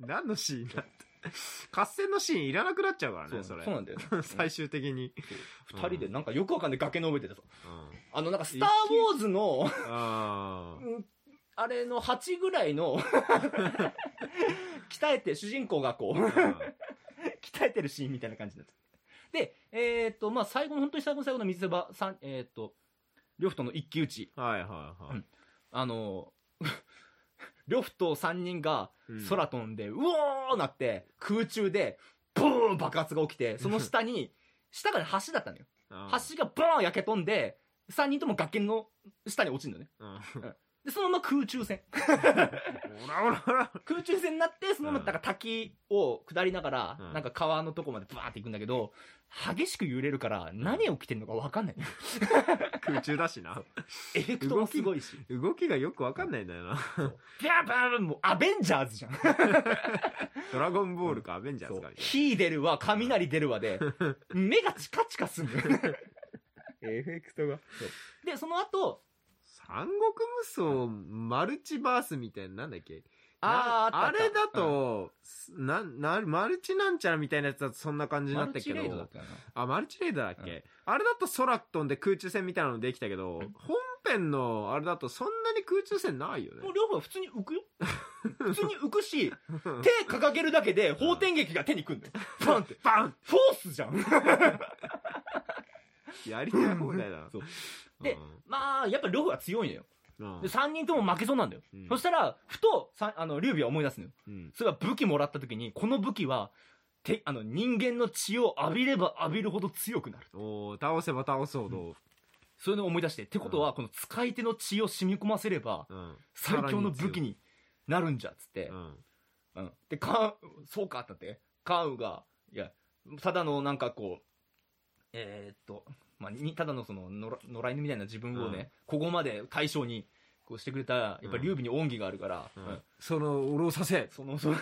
[SPEAKER 2] 何のシーンだって。合戦のシーンいらなくなっちゃうからね、それ
[SPEAKER 1] そう。なんだよね。
[SPEAKER 2] 最終的に。
[SPEAKER 1] 二人でなんかよくわかんない崖の上でさ、
[SPEAKER 2] うん。
[SPEAKER 1] あのなんかスターウォーズの、
[SPEAKER 2] あー
[SPEAKER 1] あれの8ぐらい の、鍛えて、主人公がこう、鍛えてるシーンみたいな感じになってで、えっ、と、まあ、最後の、本当に最後の最後の見せ場、さんえっ、と、両夫との一騎打ち、
[SPEAKER 2] うんはいはいはい。
[SPEAKER 1] あの、 両夫と3人が
[SPEAKER 2] うん
[SPEAKER 1] 空飛んで、うおーなって、空中で、ボーン爆発が起きて、その下 に、下がね橋だったのよ。
[SPEAKER 2] うん
[SPEAKER 1] 橋がボーン焼け飛んで、3人とも崖の下に落ちるのね。
[SPEAKER 2] うん
[SPEAKER 1] で、そのまま空中戦。
[SPEAKER 2] オラオラオラ。
[SPEAKER 1] 空中戦になって、そのま
[SPEAKER 2] うん
[SPEAKER 1] ま、なんか滝を下りながら、
[SPEAKER 2] うん
[SPEAKER 1] なんか川のとこまでバーって行くんだけど、激しく揺れるから、何起きてんのかわかんない。
[SPEAKER 2] 空中だしな。
[SPEAKER 1] エフェクトもすごいし。
[SPEAKER 2] 動きがよくわかんないんだよな。
[SPEAKER 1] ビャーバーンもうアベンジャーズじゃん。
[SPEAKER 2] ドラゴンボールかアベンジャー
[SPEAKER 1] そ
[SPEAKER 2] ズ
[SPEAKER 1] う
[SPEAKER 2] かみたい
[SPEAKER 1] 火出るわ、雷出るわで、目がチカチカすんのよ。
[SPEAKER 2] な。エフェクトが。
[SPEAKER 1] で、その後、
[SPEAKER 2] 三国無双マルチバースみたいな、なんだっけ
[SPEAKER 1] あー
[SPEAKER 2] な
[SPEAKER 1] あ
[SPEAKER 2] あ
[SPEAKER 1] ったあった
[SPEAKER 2] れだと、な、な、マルチなんちゃらみたいなやつだとそんな感じにな
[SPEAKER 1] マ
[SPEAKER 2] っ
[SPEAKER 1] ル
[SPEAKER 2] た
[SPEAKER 1] チ
[SPEAKER 2] け
[SPEAKER 1] レイドだ
[SPEAKER 2] ど
[SPEAKER 1] っ、たよな。
[SPEAKER 2] あ、マルチレーダーだっけ、
[SPEAKER 1] うん
[SPEAKER 2] あれだと空飛んで空中戦みたいなのできたけど、本編のあれだとそんなに空中戦ないよね
[SPEAKER 1] もう。両方は普通に浮くよ。普通に浮くし、手掲げるだけで方転劇が手にくんだよ。バンって。
[SPEAKER 2] バン
[SPEAKER 1] フォースじゃん。
[SPEAKER 2] やりたい放題だな。
[SPEAKER 1] そうでまあ、やっぱ両方が強いのよ。
[SPEAKER 2] うん、
[SPEAKER 1] で、3人とも負けそうなんだよ。
[SPEAKER 2] うん
[SPEAKER 1] そしたら、ふと、さあの、劉備は思い出すのよ。
[SPEAKER 2] うん。
[SPEAKER 1] それは武器もらった時に、この武器は、て、あの、人間の血を浴びれば浴びるほど強くなる。
[SPEAKER 2] おー倒せば倒すほど、
[SPEAKER 1] そういうのを思い出して、ってことは、この使い手の血を染み込ませれば、
[SPEAKER 2] うん。
[SPEAKER 1] 最強の武器になるんじゃ、つって
[SPEAKER 2] う。ん。
[SPEAKER 1] うん。で、カーン、そうかってなって、カーンが、いや、ただのなんかこう、えーっと、まあ、に、ただのその、野良野良犬みたいな自分をね、ここまで対象に、こうしてくれた、やっぱ劉備に恩義があるから、
[SPEAKER 2] う
[SPEAKER 1] うん
[SPEAKER 2] ん。その、おろさせ。
[SPEAKER 1] その、その、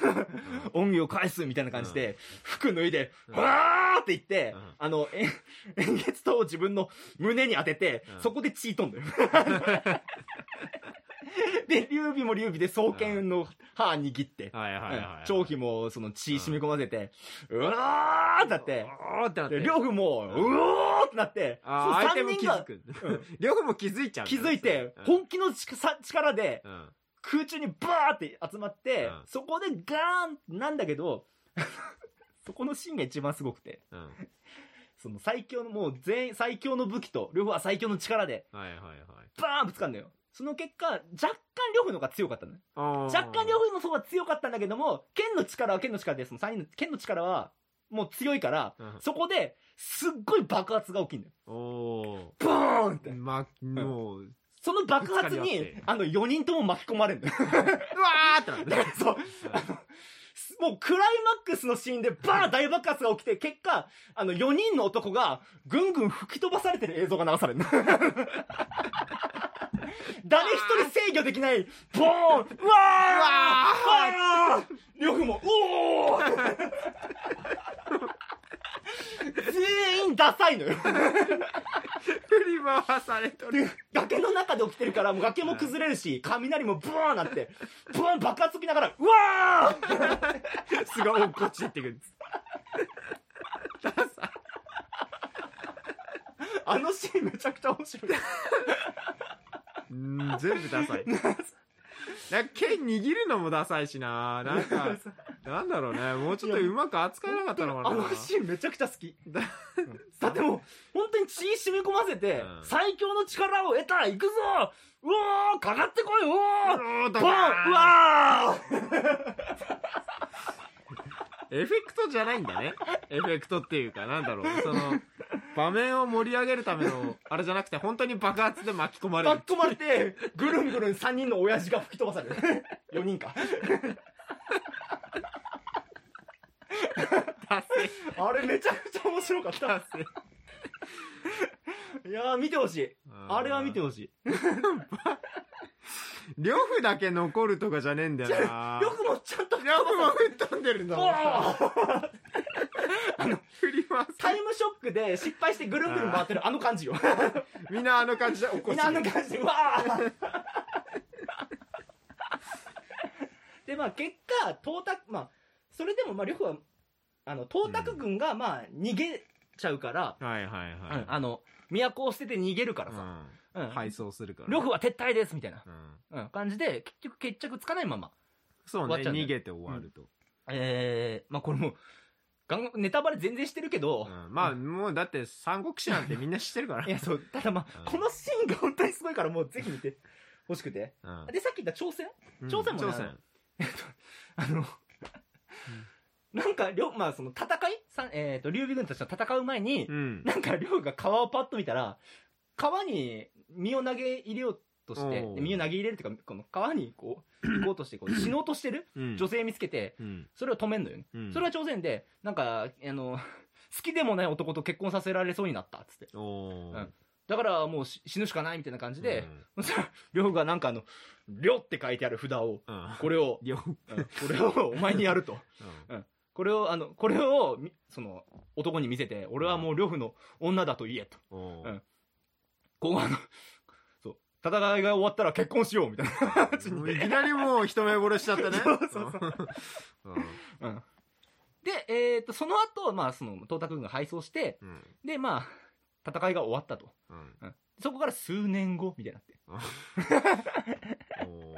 [SPEAKER 1] 恩義を返すみたいな感じで、服脱いで、
[SPEAKER 2] うん
[SPEAKER 1] わーって言って、
[SPEAKER 2] うん
[SPEAKER 1] あの、え 円月刀を自分の胸に当てて、
[SPEAKER 2] うん
[SPEAKER 1] そこで血飛んだ よ。で、劉備も劉備で双剣の歯握って、
[SPEAKER 2] はいはいはいはい。
[SPEAKER 1] 長飛もその血染み込ませて、うわーってなって、
[SPEAKER 2] おーってなって。
[SPEAKER 1] で両夫も、うおーってなって、
[SPEAKER 2] あー相
[SPEAKER 1] そ
[SPEAKER 2] 手
[SPEAKER 1] の
[SPEAKER 2] も
[SPEAKER 1] 三
[SPEAKER 2] 気
[SPEAKER 1] 人
[SPEAKER 2] づ
[SPEAKER 1] が
[SPEAKER 2] く。両方も気づいちゃう。
[SPEAKER 1] 気づいて、
[SPEAKER 2] うん
[SPEAKER 1] 本気の力さ力で、
[SPEAKER 2] うん。
[SPEAKER 1] 空中にバーって集まって、
[SPEAKER 2] うん
[SPEAKER 1] そこでガーンなんだけど、 そこのシーンが一番すごくて、
[SPEAKER 2] うん。
[SPEAKER 1] その最強の、もう全員、最強の武器と、両方は最強の力で、
[SPEAKER 2] はいはいはい。
[SPEAKER 1] バーンぶつかんのよ。その結果、若干両方の方が強かったのね。若
[SPEAKER 2] 若
[SPEAKER 1] 干両方の方が強かったんだけども、剣の力は剣の力で、その3人の、剣の力は、もう強いから、
[SPEAKER 2] うん
[SPEAKER 1] そこで、すっごい爆発が起きんのよ。
[SPEAKER 2] お
[SPEAKER 1] ボーンって
[SPEAKER 2] ー。。ま、もう、う
[SPEAKER 1] その爆発
[SPEAKER 2] ぶつかり合っ
[SPEAKER 1] に
[SPEAKER 2] て、
[SPEAKER 1] あの、4人とも巻き込まれるのよ。
[SPEAKER 2] わーってなって
[SPEAKER 1] だからそう、あのすもうクライマックスのシーンでバー大爆発が起きて、結果、あの4人の男がぐんぐん吹き飛ばされてる映像が流される の。誰一人制御できない、ボーンうわーうわー両夫も、お ー全員ダサいのよ。
[SPEAKER 2] 振り回されとる。
[SPEAKER 1] 崖の中で起きてるから、もう崖も崩れるし、雷もブーンなって、ブーン爆発起きながら、うわー
[SPEAKER 2] すごい落っこちってくる。
[SPEAKER 1] あのシーンめちゃくちゃ面白い。
[SPEAKER 2] うん、全部ダ サい。なんか剣握るのもダサいしななん か、なんだろうね。もうちょっとうまく扱えなかったのかな
[SPEAKER 1] あのシーンめちゃくちゃ好き。
[SPEAKER 2] だ
[SPEAKER 1] だってもう、本当に血染み込ませて、
[SPEAKER 2] うん
[SPEAKER 1] 最強の力を得た行くぞうおーかかってこいうお
[SPEAKER 2] おー
[SPEAKER 1] ー
[SPEAKER 2] だ
[SPEAKER 1] ボン
[SPEAKER 2] から
[SPEAKER 1] うわー
[SPEAKER 2] エフェクトじゃないんだね。エフェクトっていうか、なんだろう。その、場面を盛り上げるための、あれじゃなくて、本当に爆発で巻き込まれ
[SPEAKER 1] 巻
[SPEAKER 2] る。
[SPEAKER 1] き込まれて、ぐるんぐるん3人の親父が吹き飛ばされる。4人 か。
[SPEAKER 2] 達
[SPEAKER 1] あれめちゃくちゃ面白かった。
[SPEAKER 2] 成。
[SPEAKER 1] いやー見てほしい。
[SPEAKER 2] あ
[SPEAKER 1] あれは見てほしい。
[SPEAKER 2] 両夫だけ残るとかじゃねえんだよな。
[SPEAKER 1] よくもちゃんと吹き
[SPEAKER 2] 両
[SPEAKER 1] 飛
[SPEAKER 2] 夫も
[SPEAKER 1] ばさ
[SPEAKER 2] 吹っ飛んで るんだもん。
[SPEAKER 1] れる。おー
[SPEAKER 2] 振り回す。
[SPEAKER 1] タイムショックで失敗してぐるんぐるん回ってるあの感じよ。
[SPEAKER 2] みんなあの感じで怒
[SPEAKER 1] み
[SPEAKER 2] っ
[SPEAKER 1] ん
[SPEAKER 2] て
[SPEAKER 1] なあの感じで、うわー で、まあ結果、東卓、まあ、それでも、まあ、両方は、あの、東卓軍が、まあ、逃げちゃうから、
[SPEAKER 2] はいはい
[SPEAKER 1] うん
[SPEAKER 2] は
[SPEAKER 1] あの、都を捨てて逃げるからさ、
[SPEAKER 2] い。
[SPEAKER 1] うん
[SPEAKER 2] うん。配送するからね。
[SPEAKER 1] 両方は撤退です、みたいな、
[SPEAKER 2] うん。
[SPEAKER 1] うん、感じで、結局決着つかないまま。
[SPEAKER 2] そう
[SPEAKER 1] 終わっ
[SPEAKER 2] ね。
[SPEAKER 1] ちゃうんだよ
[SPEAKER 2] 逃げて終わると。
[SPEAKER 1] えー、まあこれもう、ガンガンネタバレ全然してるけど、
[SPEAKER 2] うんまあ、もうだって三国志なんてみんな知ってるから
[SPEAKER 1] い。や、そう、ただまあ、
[SPEAKER 2] うん
[SPEAKER 1] このシーンが本当にすごいから、もうぜひ見てほしくて。
[SPEAKER 2] うん
[SPEAKER 1] で、さっき言った朝鮮朝鮮もね
[SPEAKER 2] 朝鮮。
[SPEAKER 1] あの、なんか、りょまあ、その戦いさんえっ、と、劉備軍たちと戦う前に、
[SPEAKER 2] うん。
[SPEAKER 1] なんか、りょうが川をパッと見たら、川に身を投げ入れようととして、
[SPEAKER 2] おう
[SPEAKER 1] で身を投げ入れるっていうか、この川にこ う、行こうとして、こう、死のうとしてる
[SPEAKER 2] うん
[SPEAKER 1] 女性見つけて、
[SPEAKER 2] うん
[SPEAKER 1] それを止めんのよね。
[SPEAKER 2] うん
[SPEAKER 1] それは朝鮮で、なんか、あの、好きでもない男と結婚させられそうになった、つって。
[SPEAKER 2] おー
[SPEAKER 1] うんだからもうし死ぬしかないみたいな感じで、りょうがなんかあの、りょって書いてある札を、
[SPEAKER 2] うんうん
[SPEAKER 1] これを、
[SPEAKER 2] 両方
[SPEAKER 1] うんこれをお前にやると。これを、あの、これをみ、その、男に見せて、俺はもう呂布の女だと言えと。
[SPEAKER 2] おー
[SPEAKER 1] うんこう、あの、 そう、戦いが終わったら結婚しよう、みたいな感じに
[SPEAKER 2] もういきなりもう一目惚れしちゃったね
[SPEAKER 1] そうそう
[SPEAKER 2] うんうん
[SPEAKER 1] うんで、えっと、その後、まあ、その、東卓軍が敗走して、
[SPEAKER 2] うん
[SPEAKER 1] で、まあ、戦いが終わったと。
[SPEAKER 2] うん
[SPEAKER 1] そこから数年後、みたいになって。う
[SPEAKER 2] おー
[SPEAKER 1] ん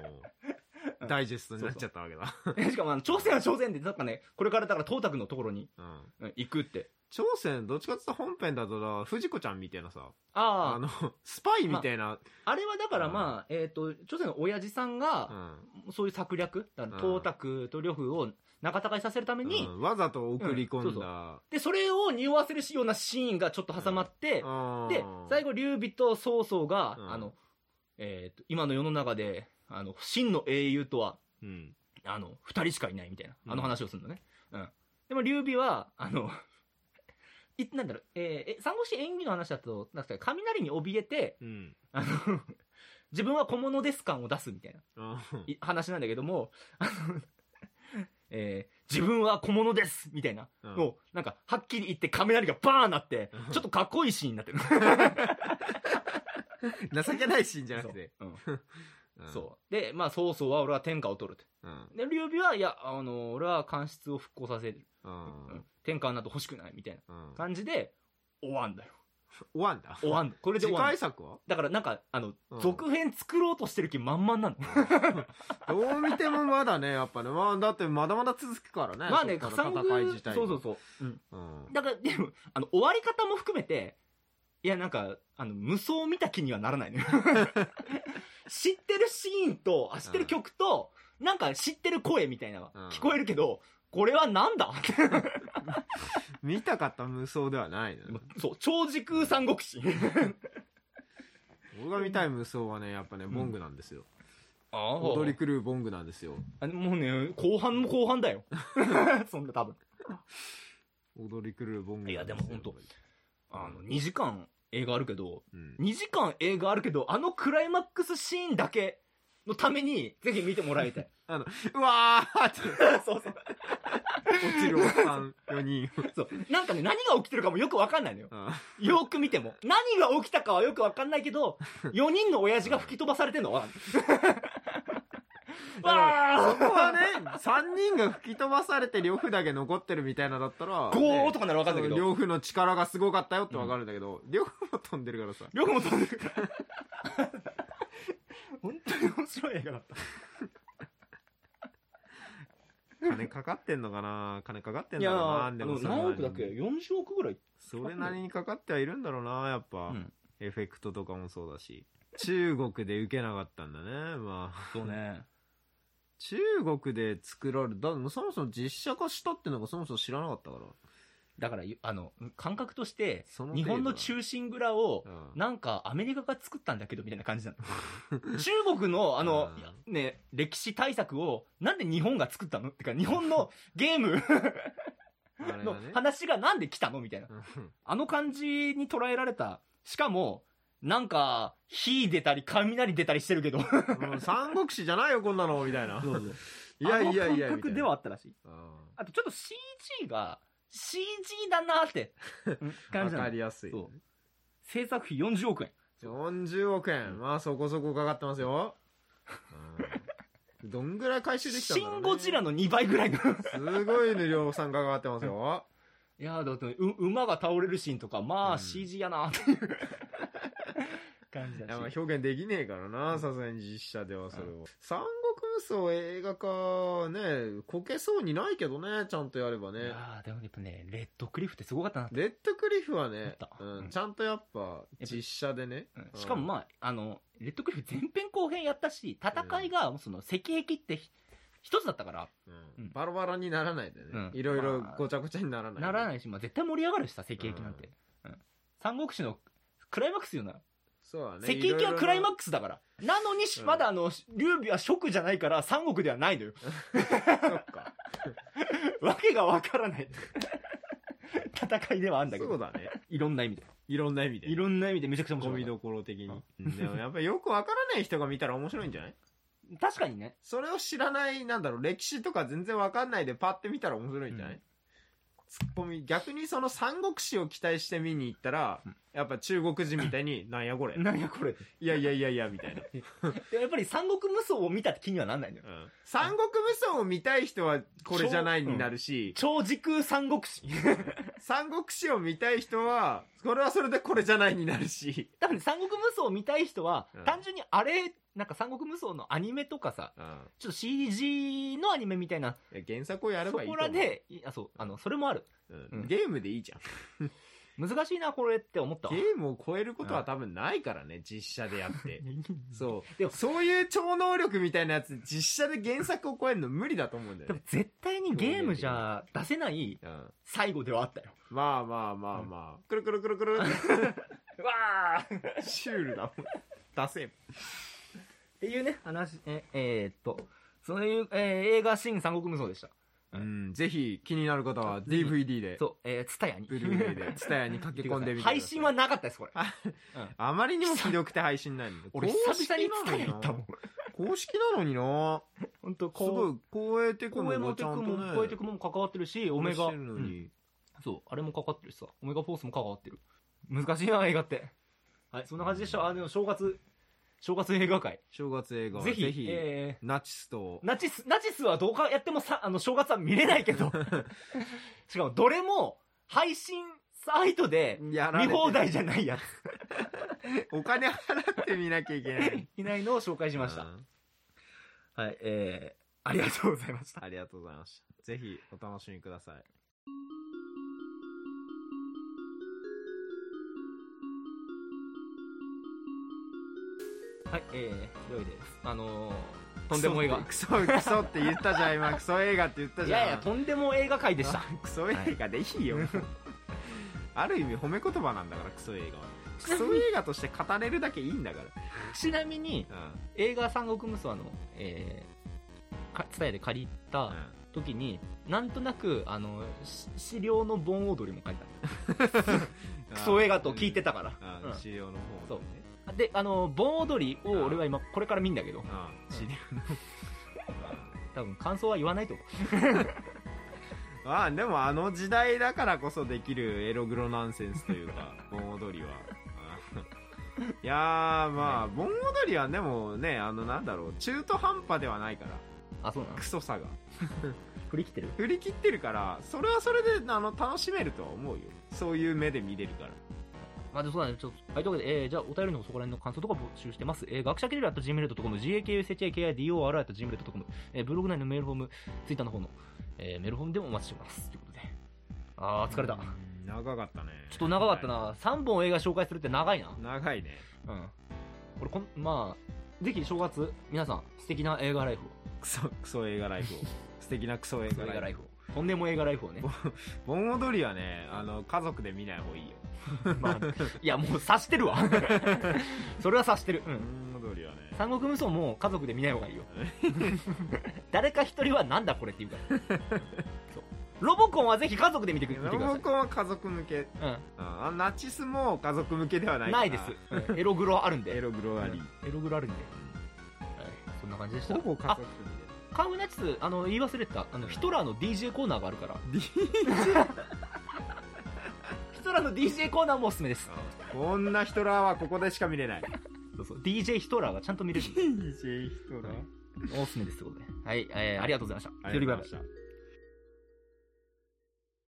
[SPEAKER 2] ダイジェストになっちゃったわけだ
[SPEAKER 1] えしかもあの、朝鮮は朝鮮で、なんかね、これからだから東卓のところに、
[SPEAKER 2] うん
[SPEAKER 1] うん行くって。
[SPEAKER 2] 朝鮮どっちかって言ったら本編だとな藤子ちゃんみたいなさあ
[SPEAKER 1] あ
[SPEAKER 2] のスパイみたいな、
[SPEAKER 1] あ、あれはだからまあ、えっ、と、朝鮮の親父さんが、そういう策略、だから
[SPEAKER 2] うん
[SPEAKER 1] 東卓と呂布を仲違いさせるため
[SPEAKER 2] うん
[SPEAKER 1] に、
[SPEAKER 2] うんわざと送り込んだ、
[SPEAKER 1] で、それを匂わせるようなシーンがちょっと挟まって、で、最
[SPEAKER 2] 後
[SPEAKER 1] 後、劉備と曹操が、
[SPEAKER 2] うん
[SPEAKER 1] あの、えっ、と、今の世の中で、あの、真の英雄とは、
[SPEAKER 2] うん
[SPEAKER 1] あの、二人しかいないみたいな、あの
[SPEAKER 2] うん
[SPEAKER 1] 話をするのね。うん。でも、劉備は、あの、 い、なんだろう、えーえ、三国志演技の話だと、なんか雷に怯えて、
[SPEAKER 2] うん
[SPEAKER 1] あの、 自分は小物です感を出すみたいな
[SPEAKER 2] うん
[SPEAKER 1] い話なんだけども、あの、 えー自分は小物ですみたいな
[SPEAKER 2] うん
[SPEAKER 1] のを、なんか、はっきり言って雷がバーンなって
[SPEAKER 2] うん、
[SPEAKER 1] ちょっとかっこいいシーンになって る。
[SPEAKER 2] 情けないシーンじゃなくて
[SPEAKER 1] そう,うん、
[SPEAKER 2] うん
[SPEAKER 1] そう。で、まあ、曹操は俺は天下を取ると。
[SPEAKER 2] うん
[SPEAKER 1] で、劉備は、いや、あの、俺は官室を復興させる。
[SPEAKER 2] うん
[SPEAKER 1] うん天下など欲しくないみたいな
[SPEAKER 2] うん
[SPEAKER 1] 感じで、終わんだよ。
[SPEAKER 2] 終わんだ
[SPEAKER 1] 終わんだ。これで
[SPEAKER 2] 次
[SPEAKER 1] 終わん
[SPEAKER 2] 回
[SPEAKER 1] だ。
[SPEAKER 2] 作 は
[SPEAKER 1] だからなんか、あの、
[SPEAKER 2] うん
[SPEAKER 1] 続編作ろうとしてる気満々なの。
[SPEAKER 2] どう見てもまだねやっぱねまあだってまだまだ続くからね
[SPEAKER 1] まあね、
[SPEAKER 2] そっ
[SPEAKER 1] 三
[SPEAKER 2] から
[SPEAKER 1] 国
[SPEAKER 2] 戦い自体
[SPEAKER 1] そうそう
[SPEAKER 2] う
[SPEAKER 1] そう。うん
[SPEAKER 2] うん
[SPEAKER 1] だから、でも、あの、終わり方も含めて、いや、なんか、あの、無双見た気にはならない のよ。知ってるシーンと、あ知ってる曲と、なんか知ってる声みたいなの
[SPEAKER 2] うん
[SPEAKER 1] が聞こえるけど、これはなんだ
[SPEAKER 2] 見たかった無双ではないの、ね、
[SPEAKER 1] そう、超時空三国志。
[SPEAKER 2] 僕が見たい無双はねやっぱねボングなんですよ、
[SPEAKER 1] ああ
[SPEAKER 2] 踊り狂うボングなんですよ
[SPEAKER 1] あもうね、後半も後半だよ。 そんな多分。
[SPEAKER 2] 踊り狂うボング
[SPEAKER 1] いやでもほんと
[SPEAKER 2] なんですよ
[SPEAKER 1] あの、2時間映画あるけど、
[SPEAKER 2] うん
[SPEAKER 1] 2時間映画あるけど、あのクライマックスシーンだけのために、ぜひ見てもらいた い。
[SPEAKER 2] うわーって
[SPEAKER 1] そうそう。
[SPEAKER 2] 落ちるおっさん4人
[SPEAKER 1] そう。なんかね、何が起きてるかもよくわかんないのよ。よーく見ても。何が起きたかはよくわかんないけ ど、4人の親父が吹き飛ばされてんの はわかんない。わ
[SPEAKER 2] ここはね3人が吹き飛ばされて両夫だけ残ってるみたいなだったら
[SPEAKER 1] ー ゴーとかならわかるんだけど。
[SPEAKER 2] 両夫の力がすごかったよってわかるんだけど、両夫も飛んでるからさ
[SPEAKER 1] 両方も飛んでるから 本当に面白い映画だった。
[SPEAKER 2] 金かかってんのかな金かかってん
[SPEAKER 1] い
[SPEAKER 2] の
[SPEAKER 1] や
[SPEAKER 2] かな
[SPEAKER 1] ー、あ
[SPEAKER 2] でも
[SPEAKER 1] の
[SPEAKER 2] それなり
[SPEAKER 1] 何
[SPEAKER 2] に
[SPEAKER 1] 億だっけ ?40 億ぐらい。
[SPEAKER 2] それなりにかかってはいるんだろうなやっぱ、
[SPEAKER 1] うん
[SPEAKER 2] エフェクトとかもそうだし中国で受けなかったんだねまあ
[SPEAKER 1] そうね。
[SPEAKER 2] 中国で作られたそもそも実写化したってのがそもそも知らなかったから
[SPEAKER 1] だから、あの、感覚として
[SPEAKER 2] その、程
[SPEAKER 1] 日
[SPEAKER 2] 度だ
[SPEAKER 1] 本の中心蔵を、
[SPEAKER 2] うん
[SPEAKER 1] なんかアメリカが作ったんだけど、みたいな感じな の。中国の、あの
[SPEAKER 2] うん、
[SPEAKER 1] いやね、歴史対策を、なんで日本が作ったのってか、日本 のゲーム
[SPEAKER 2] あれ
[SPEAKER 1] の
[SPEAKER 2] がね
[SPEAKER 1] 話がなんで来たのみたいな。
[SPEAKER 2] うん
[SPEAKER 1] あの感じに捉えられた。しかも、なんか、火出たり、雷出たりしてるけど。
[SPEAKER 2] もう三国志じゃないよこんなのみたいな
[SPEAKER 1] あ
[SPEAKER 2] いや
[SPEAKER 1] の
[SPEAKER 2] いやいや
[SPEAKER 1] 感覚ではあったらしい。
[SPEAKER 2] みたいなうん
[SPEAKER 1] あとちょっと CG が、CG だなーって、感
[SPEAKER 2] わ
[SPEAKER 1] じ
[SPEAKER 2] か
[SPEAKER 1] なの
[SPEAKER 2] りやすい
[SPEAKER 1] そう制作費40億円。
[SPEAKER 2] 40億円まあそこそこかかってますよ、うんどんぐらい回収できたん
[SPEAKER 1] シ
[SPEAKER 2] だろう、ね、
[SPEAKER 1] ン・ゴジラの2倍ぐらいの。い
[SPEAKER 2] すごいね量産がかかってま すよ
[SPEAKER 1] やーだって、う、馬が倒れるシーンとか、ま
[SPEAKER 2] う
[SPEAKER 1] あ
[SPEAKER 2] ん
[SPEAKER 1] CG やなーっていう 感じ
[SPEAKER 2] いやま
[SPEAKER 1] だ
[SPEAKER 2] あ
[SPEAKER 1] し。
[SPEAKER 2] 表現できねえからなさすがに実写ではそれを、三国無双映画化ねこけそうにないけどねちゃんとやれば
[SPEAKER 1] い
[SPEAKER 2] ね
[SPEAKER 1] やーでもやっぱね、レッドクリフってすごかったなって。
[SPEAKER 2] レッドクリフはね
[SPEAKER 1] 思っ、た
[SPEAKER 2] うん
[SPEAKER 1] うん
[SPEAKER 2] ちゃんとやっぱ実写でね
[SPEAKER 1] うんしかもまあ、あの、レッドクリフ前編後編やったし、戦いが、その、石壁ってひ一つだったから、
[SPEAKER 2] うん
[SPEAKER 1] うん
[SPEAKER 2] バラバラにならないでね、
[SPEAKER 1] うん
[SPEAKER 2] いろいろ
[SPEAKER 1] まあ
[SPEAKER 2] ごちゃごちゃにならない、
[SPEAKER 1] なら
[SPEAKER 2] い
[SPEAKER 1] ないし、まあ絶対盛り上がるしさ、石壁なんて。うん三国志のクライマックスような
[SPEAKER 2] そうだね。
[SPEAKER 1] 赤壁はクライマ
[SPEAKER 2] ッ
[SPEAKER 1] ックスだから。なのにし、
[SPEAKER 2] うん
[SPEAKER 1] まだあの、劉備は蜀じゃないから、三国ではないのよ。
[SPEAKER 2] クスか。
[SPEAKER 1] わけがわからない。 戦いではあるんだけ
[SPEAKER 2] そう
[SPEAKER 1] ど。
[SPEAKER 2] だね。
[SPEAKER 1] いろんな意味で。
[SPEAKER 2] いろんな意味で。
[SPEAKER 1] いろんな意味でめちゃくちゃ面
[SPEAKER 2] ゴ
[SPEAKER 1] 白
[SPEAKER 2] ミ
[SPEAKER 1] い。
[SPEAKER 2] どころ的に。でもやっぱよくわからない人が見たら面白いんじゃない
[SPEAKER 1] 確かにね。
[SPEAKER 2] それを知らない、なんだろう、歴史とか全然わかんないでパッて見たら面白いんじゃない、
[SPEAKER 1] うん
[SPEAKER 2] ツッコミ、逆にその三国志を期待して見に行ったら、やっぱ中国人みたいに、なんやこれ。
[SPEAKER 1] なんやこれ。
[SPEAKER 2] いやいやいやいや、みたいな。
[SPEAKER 1] でもやっぱり三国無双を見たって気にはなんないのよ。
[SPEAKER 2] うん三国無双を見たい人はこれじゃないになるし、
[SPEAKER 1] 超時空三国 志。
[SPEAKER 2] 三国志を見たい人は、これはそれでこれじゃないになるし、
[SPEAKER 1] 多分三国無双を見たい人は、
[SPEAKER 2] うん
[SPEAKER 1] 単純にあれ、なんか三国無双のアニメとかさ、ちょっと CG のアニメみたいな、
[SPEAKER 2] いや原作をやれ
[SPEAKER 1] そ
[SPEAKER 2] ばいいと
[SPEAKER 1] こ
[SPEAKER 2] 思う
[SPEAKER 1] らで、いあ、そう、あの、それもある。
[SPEAKER 2] う、
[SPEAKER 1] うんん
[SPEAKER 2] ゲームでいいじゃん。
[SPEAKER 1] 難しいな、これって思ったわ
[SPEAKER 2] ゲ。ームを超えることは多分ないからね、実写でやって。そ
[SPEAKER 1] で
[SPEAKER 2] う。
[SPEAKER 1] も
[SPEAKER 2] そういう超能力みたいなやつ、実写で原作を超えるの無理だと思うんだ
[SPEAKER 1] でも
[SPEAKER 2] よね。
[SPEAKER 1] 絶対にゲームじゃ出せない
[SPEAKER 2] うん、
[SPEAKER 1] 最後ではあったよ。
[SPEAKER 2] まあまあまあまあ。くるくるくるくる。
[SPEAKER 1] わーっ
[SPEAKER 2] シュールだもん。出せん。
[SPEAKER 1] ていうね、話、え、えーっと、そういう、えー映画シーン三国無双でした。
[SPEAKER 2] うん、ぜひ気になる方は
[SPEAKER 1] ぜひ
[SPEAKER 2] DVD で、
[SPEAKER 1] そう、えー、ツタヤに。
[SPEAKER 2] ブルーレイで、ツタヤに駆け込んでみてください。
[SPEAKER 1] 配信はなかったです、これ。
[SPEAKER 2] あまりにもひどくて配信ないんだ
[SPEAKER 1] 俺、久々にツタヤ行ったもん。
[SPEAKER 2] ん。公式なのにな。
[SPEAKER 1] 本当
[SPEAKER 2] すごい、光栄テクノ
[SPEAKER 1] 公
[SPEAKER 2] が
[SPEAKER 1] 演も
[SPEAKER 2] ち
[SPEAKER 1] テク
[SPEAKER 2] ゃんと
[SPEAKER 1] も、
[SPEAKER 2] ね。
[SPEAKER 1] 公演テクノも関わってるし、オ
[SPEAKER 2] オ
[SPEAKER 1] メガ、
[SPEAKER 2] してるの
[SPEAKER 1] うん
[SPEAKER 2] に。
[SPEAKER 1] そう、あれも関わってるしさ、オメガフォースも関わってる。難しいな、映画って。はい、そんな感じでした。あ、でも正月、正月映画会。
[SPEAKER 2] 正月映画は
[SPEAKER 1] ぜひ、
[SPEAKER 2] ぜひ、
[SPEAKER 1] え
[SPEAKER 2] ナチ スと
[SPEAKER 1] ー、ナチス、ナチスはどうかやってもさ、あの、正月は見れないけど。しかも、どれも、配信サイトで、
[SPEAKER 2] やられ
[SPEAKER 1] 見
[SPEAKER 2] て
[SPEAKER 1] 放題じゃないや
[SPEAKER 2] お金払って見なきゃいけな
[SPEAKER 1] つ
[SPEAKER 2] い。
[SPEAKER 1] いないのを紹介しました。
[SPEAKER 2] うん
[SPEAKER 1] はい、えー、ありがとうございました。
[SPEAKER 2] ありがとうございました。ぜひお楽しみください。
[SPEAKER 1] はい、えー、ひどいです。あのー、とんでも映画。
[SPEAKER 2] クソ、クソって言ったじゃん、今。クソ映画って言った
[SPEAKER 1] い
[SPEAKER 2] じゃん。
[SPEAKER 1] やいや、とんでも映画会でした。
[SPEAKER 2] あクソ映画でいいよ。ある意味褒め言葉なんだから、クソ映画は。クソ映画として語れるだけいいんだか
[SPEAKER 1] ちなみに、
[SPEAKER 2] ら。
[SPEAKER 1] 映画三国無双の、えー、か、伝えで借り
[SPEAKER 2] う
[SPEAKER 1] た
[SPEAKER 2] ん。
[SPEAKER 1] 時に、なんとなく、あの、し資料の盆踊りも書いてある。クソ映画と聞いて
[SPEAKER 2] た。
[SPEAKER 1] たから。
[SPEAKER 2] うん
[SPEAKER 1] うん
[SPEAKER 2] 資料の
[SPEAKER 1] そ
[SPEAKER 2] 方
[SPEAKER 1] うで、あの、盆踊りを俺は今、これから見んだけど、
[SPEAKER 2] うん資料
[SPEAKER 1] 多分感想は言わないと思う。
[SPEAKER 2] ああでもあの時代だからこそできるエログロナンセンスという か盆踊りはうんいやーまあ、盆踊りはでもねあのなんだろう中途半端ではないから
[SPEAKER 1] あ、そうなの
[SPEAKER 2] クソさが
[SPEAKER 1] 振り切ってる
[SPEAKER 2] 振り切ってるからそれはそれであの楽しめるとは思うよそういう目で見れるから
[SPEAKER 1] まあでもそうだね。ちょっと。はい、というわけで、えー、じゃあお便りのそこら辺の感想とか募集してます。えー、学者キレル at gmail.com、gakshakidor at gmail.com、えー、ブログ内のメールフォーム、ツイッターの方の、えー、メールフォームでもお待ちしてます。ということで。あー、疲れた。ちょ
[SPEAKER 2] うん長かったね
[SPEAKER 1] っと長かった
[SPEAKER 2] は
[SPEAKER 1] な。3本映画紹介するって長いな。
[SPEAKER 2] い長いね
[SPEAKER 1] うん。これこん、まあ、ぜひ正月、皆さん、素敵な映画ライフを。
[SPEAKER 2] クソクソ映画ライ フを素敵なクソ
[SPEAKER 1] 映
[SPEAKER 2] 映画
[SPEAKER 1] 画
[SPEAKER 2] ラ
[SPEAKER 1] ラ
[SPEAKER 2] イ
[SPEAKER 1] イ
[SPEAKER 2] フ
[SPEAKER 1] フを。とんでも映画ライフをね。
[SPEAKER 2] 盆踊りはねあの家族で見ない方がいいよ
[SPEAKER 1] まあ、いや、もう察してるわ。それは察してる。うん。
[SPEAKER 2] 盆踊りはね
[SPEAKER 1] 三国無双も家族で見ない方がいいよ 誰か一人はなんだこれって言うからそうロボコンはぜひ家族で見てく見て
[SPEAKER 2] ロ
[SPEAKER 1] くださ
[SPEAKER 2] ボ
[SPEAKER 1] い
[SPEAKER 2] コンは家族向けあナチスも家族向けでは
[SPEAKER 1] う
[SPEAKER 2] ない
[SPEAKER 1] ん、
[SPEAKER 2] か
[SPEAKER 1] ないです、うんエログロあるんで
[SPEAKER 2] エログロアリー
[SPEAKER 1] うんエログロあるんで、はい、そんな感じでした
[SPEAKER 2] ぼ
[SPEAKER 1] 家族カウナチスあの言い忘れてたあのヒトラーの DJ コーナーがあるから
[SPEAKER 2] で
[SPEAKER 1] ヒトラーの DJ コーナーもおすすめです
[SPEAKER 2] こんなヒトラーはここでしか見 れない
[SPEAKER 1] そうそう DJ ヒトラーがちゃんと見れるんで
[SPEAKER 2] DJ ヒト
[SPEAKER 1] ラーおすすめですということではい、えーありがとうございました
[SPEAKER 2] ありがとうござ
[SPEAKER 1] バイ
[SPEAKER 2] いま
[SPEAKER 1] バイ
[SPEAKER 2] した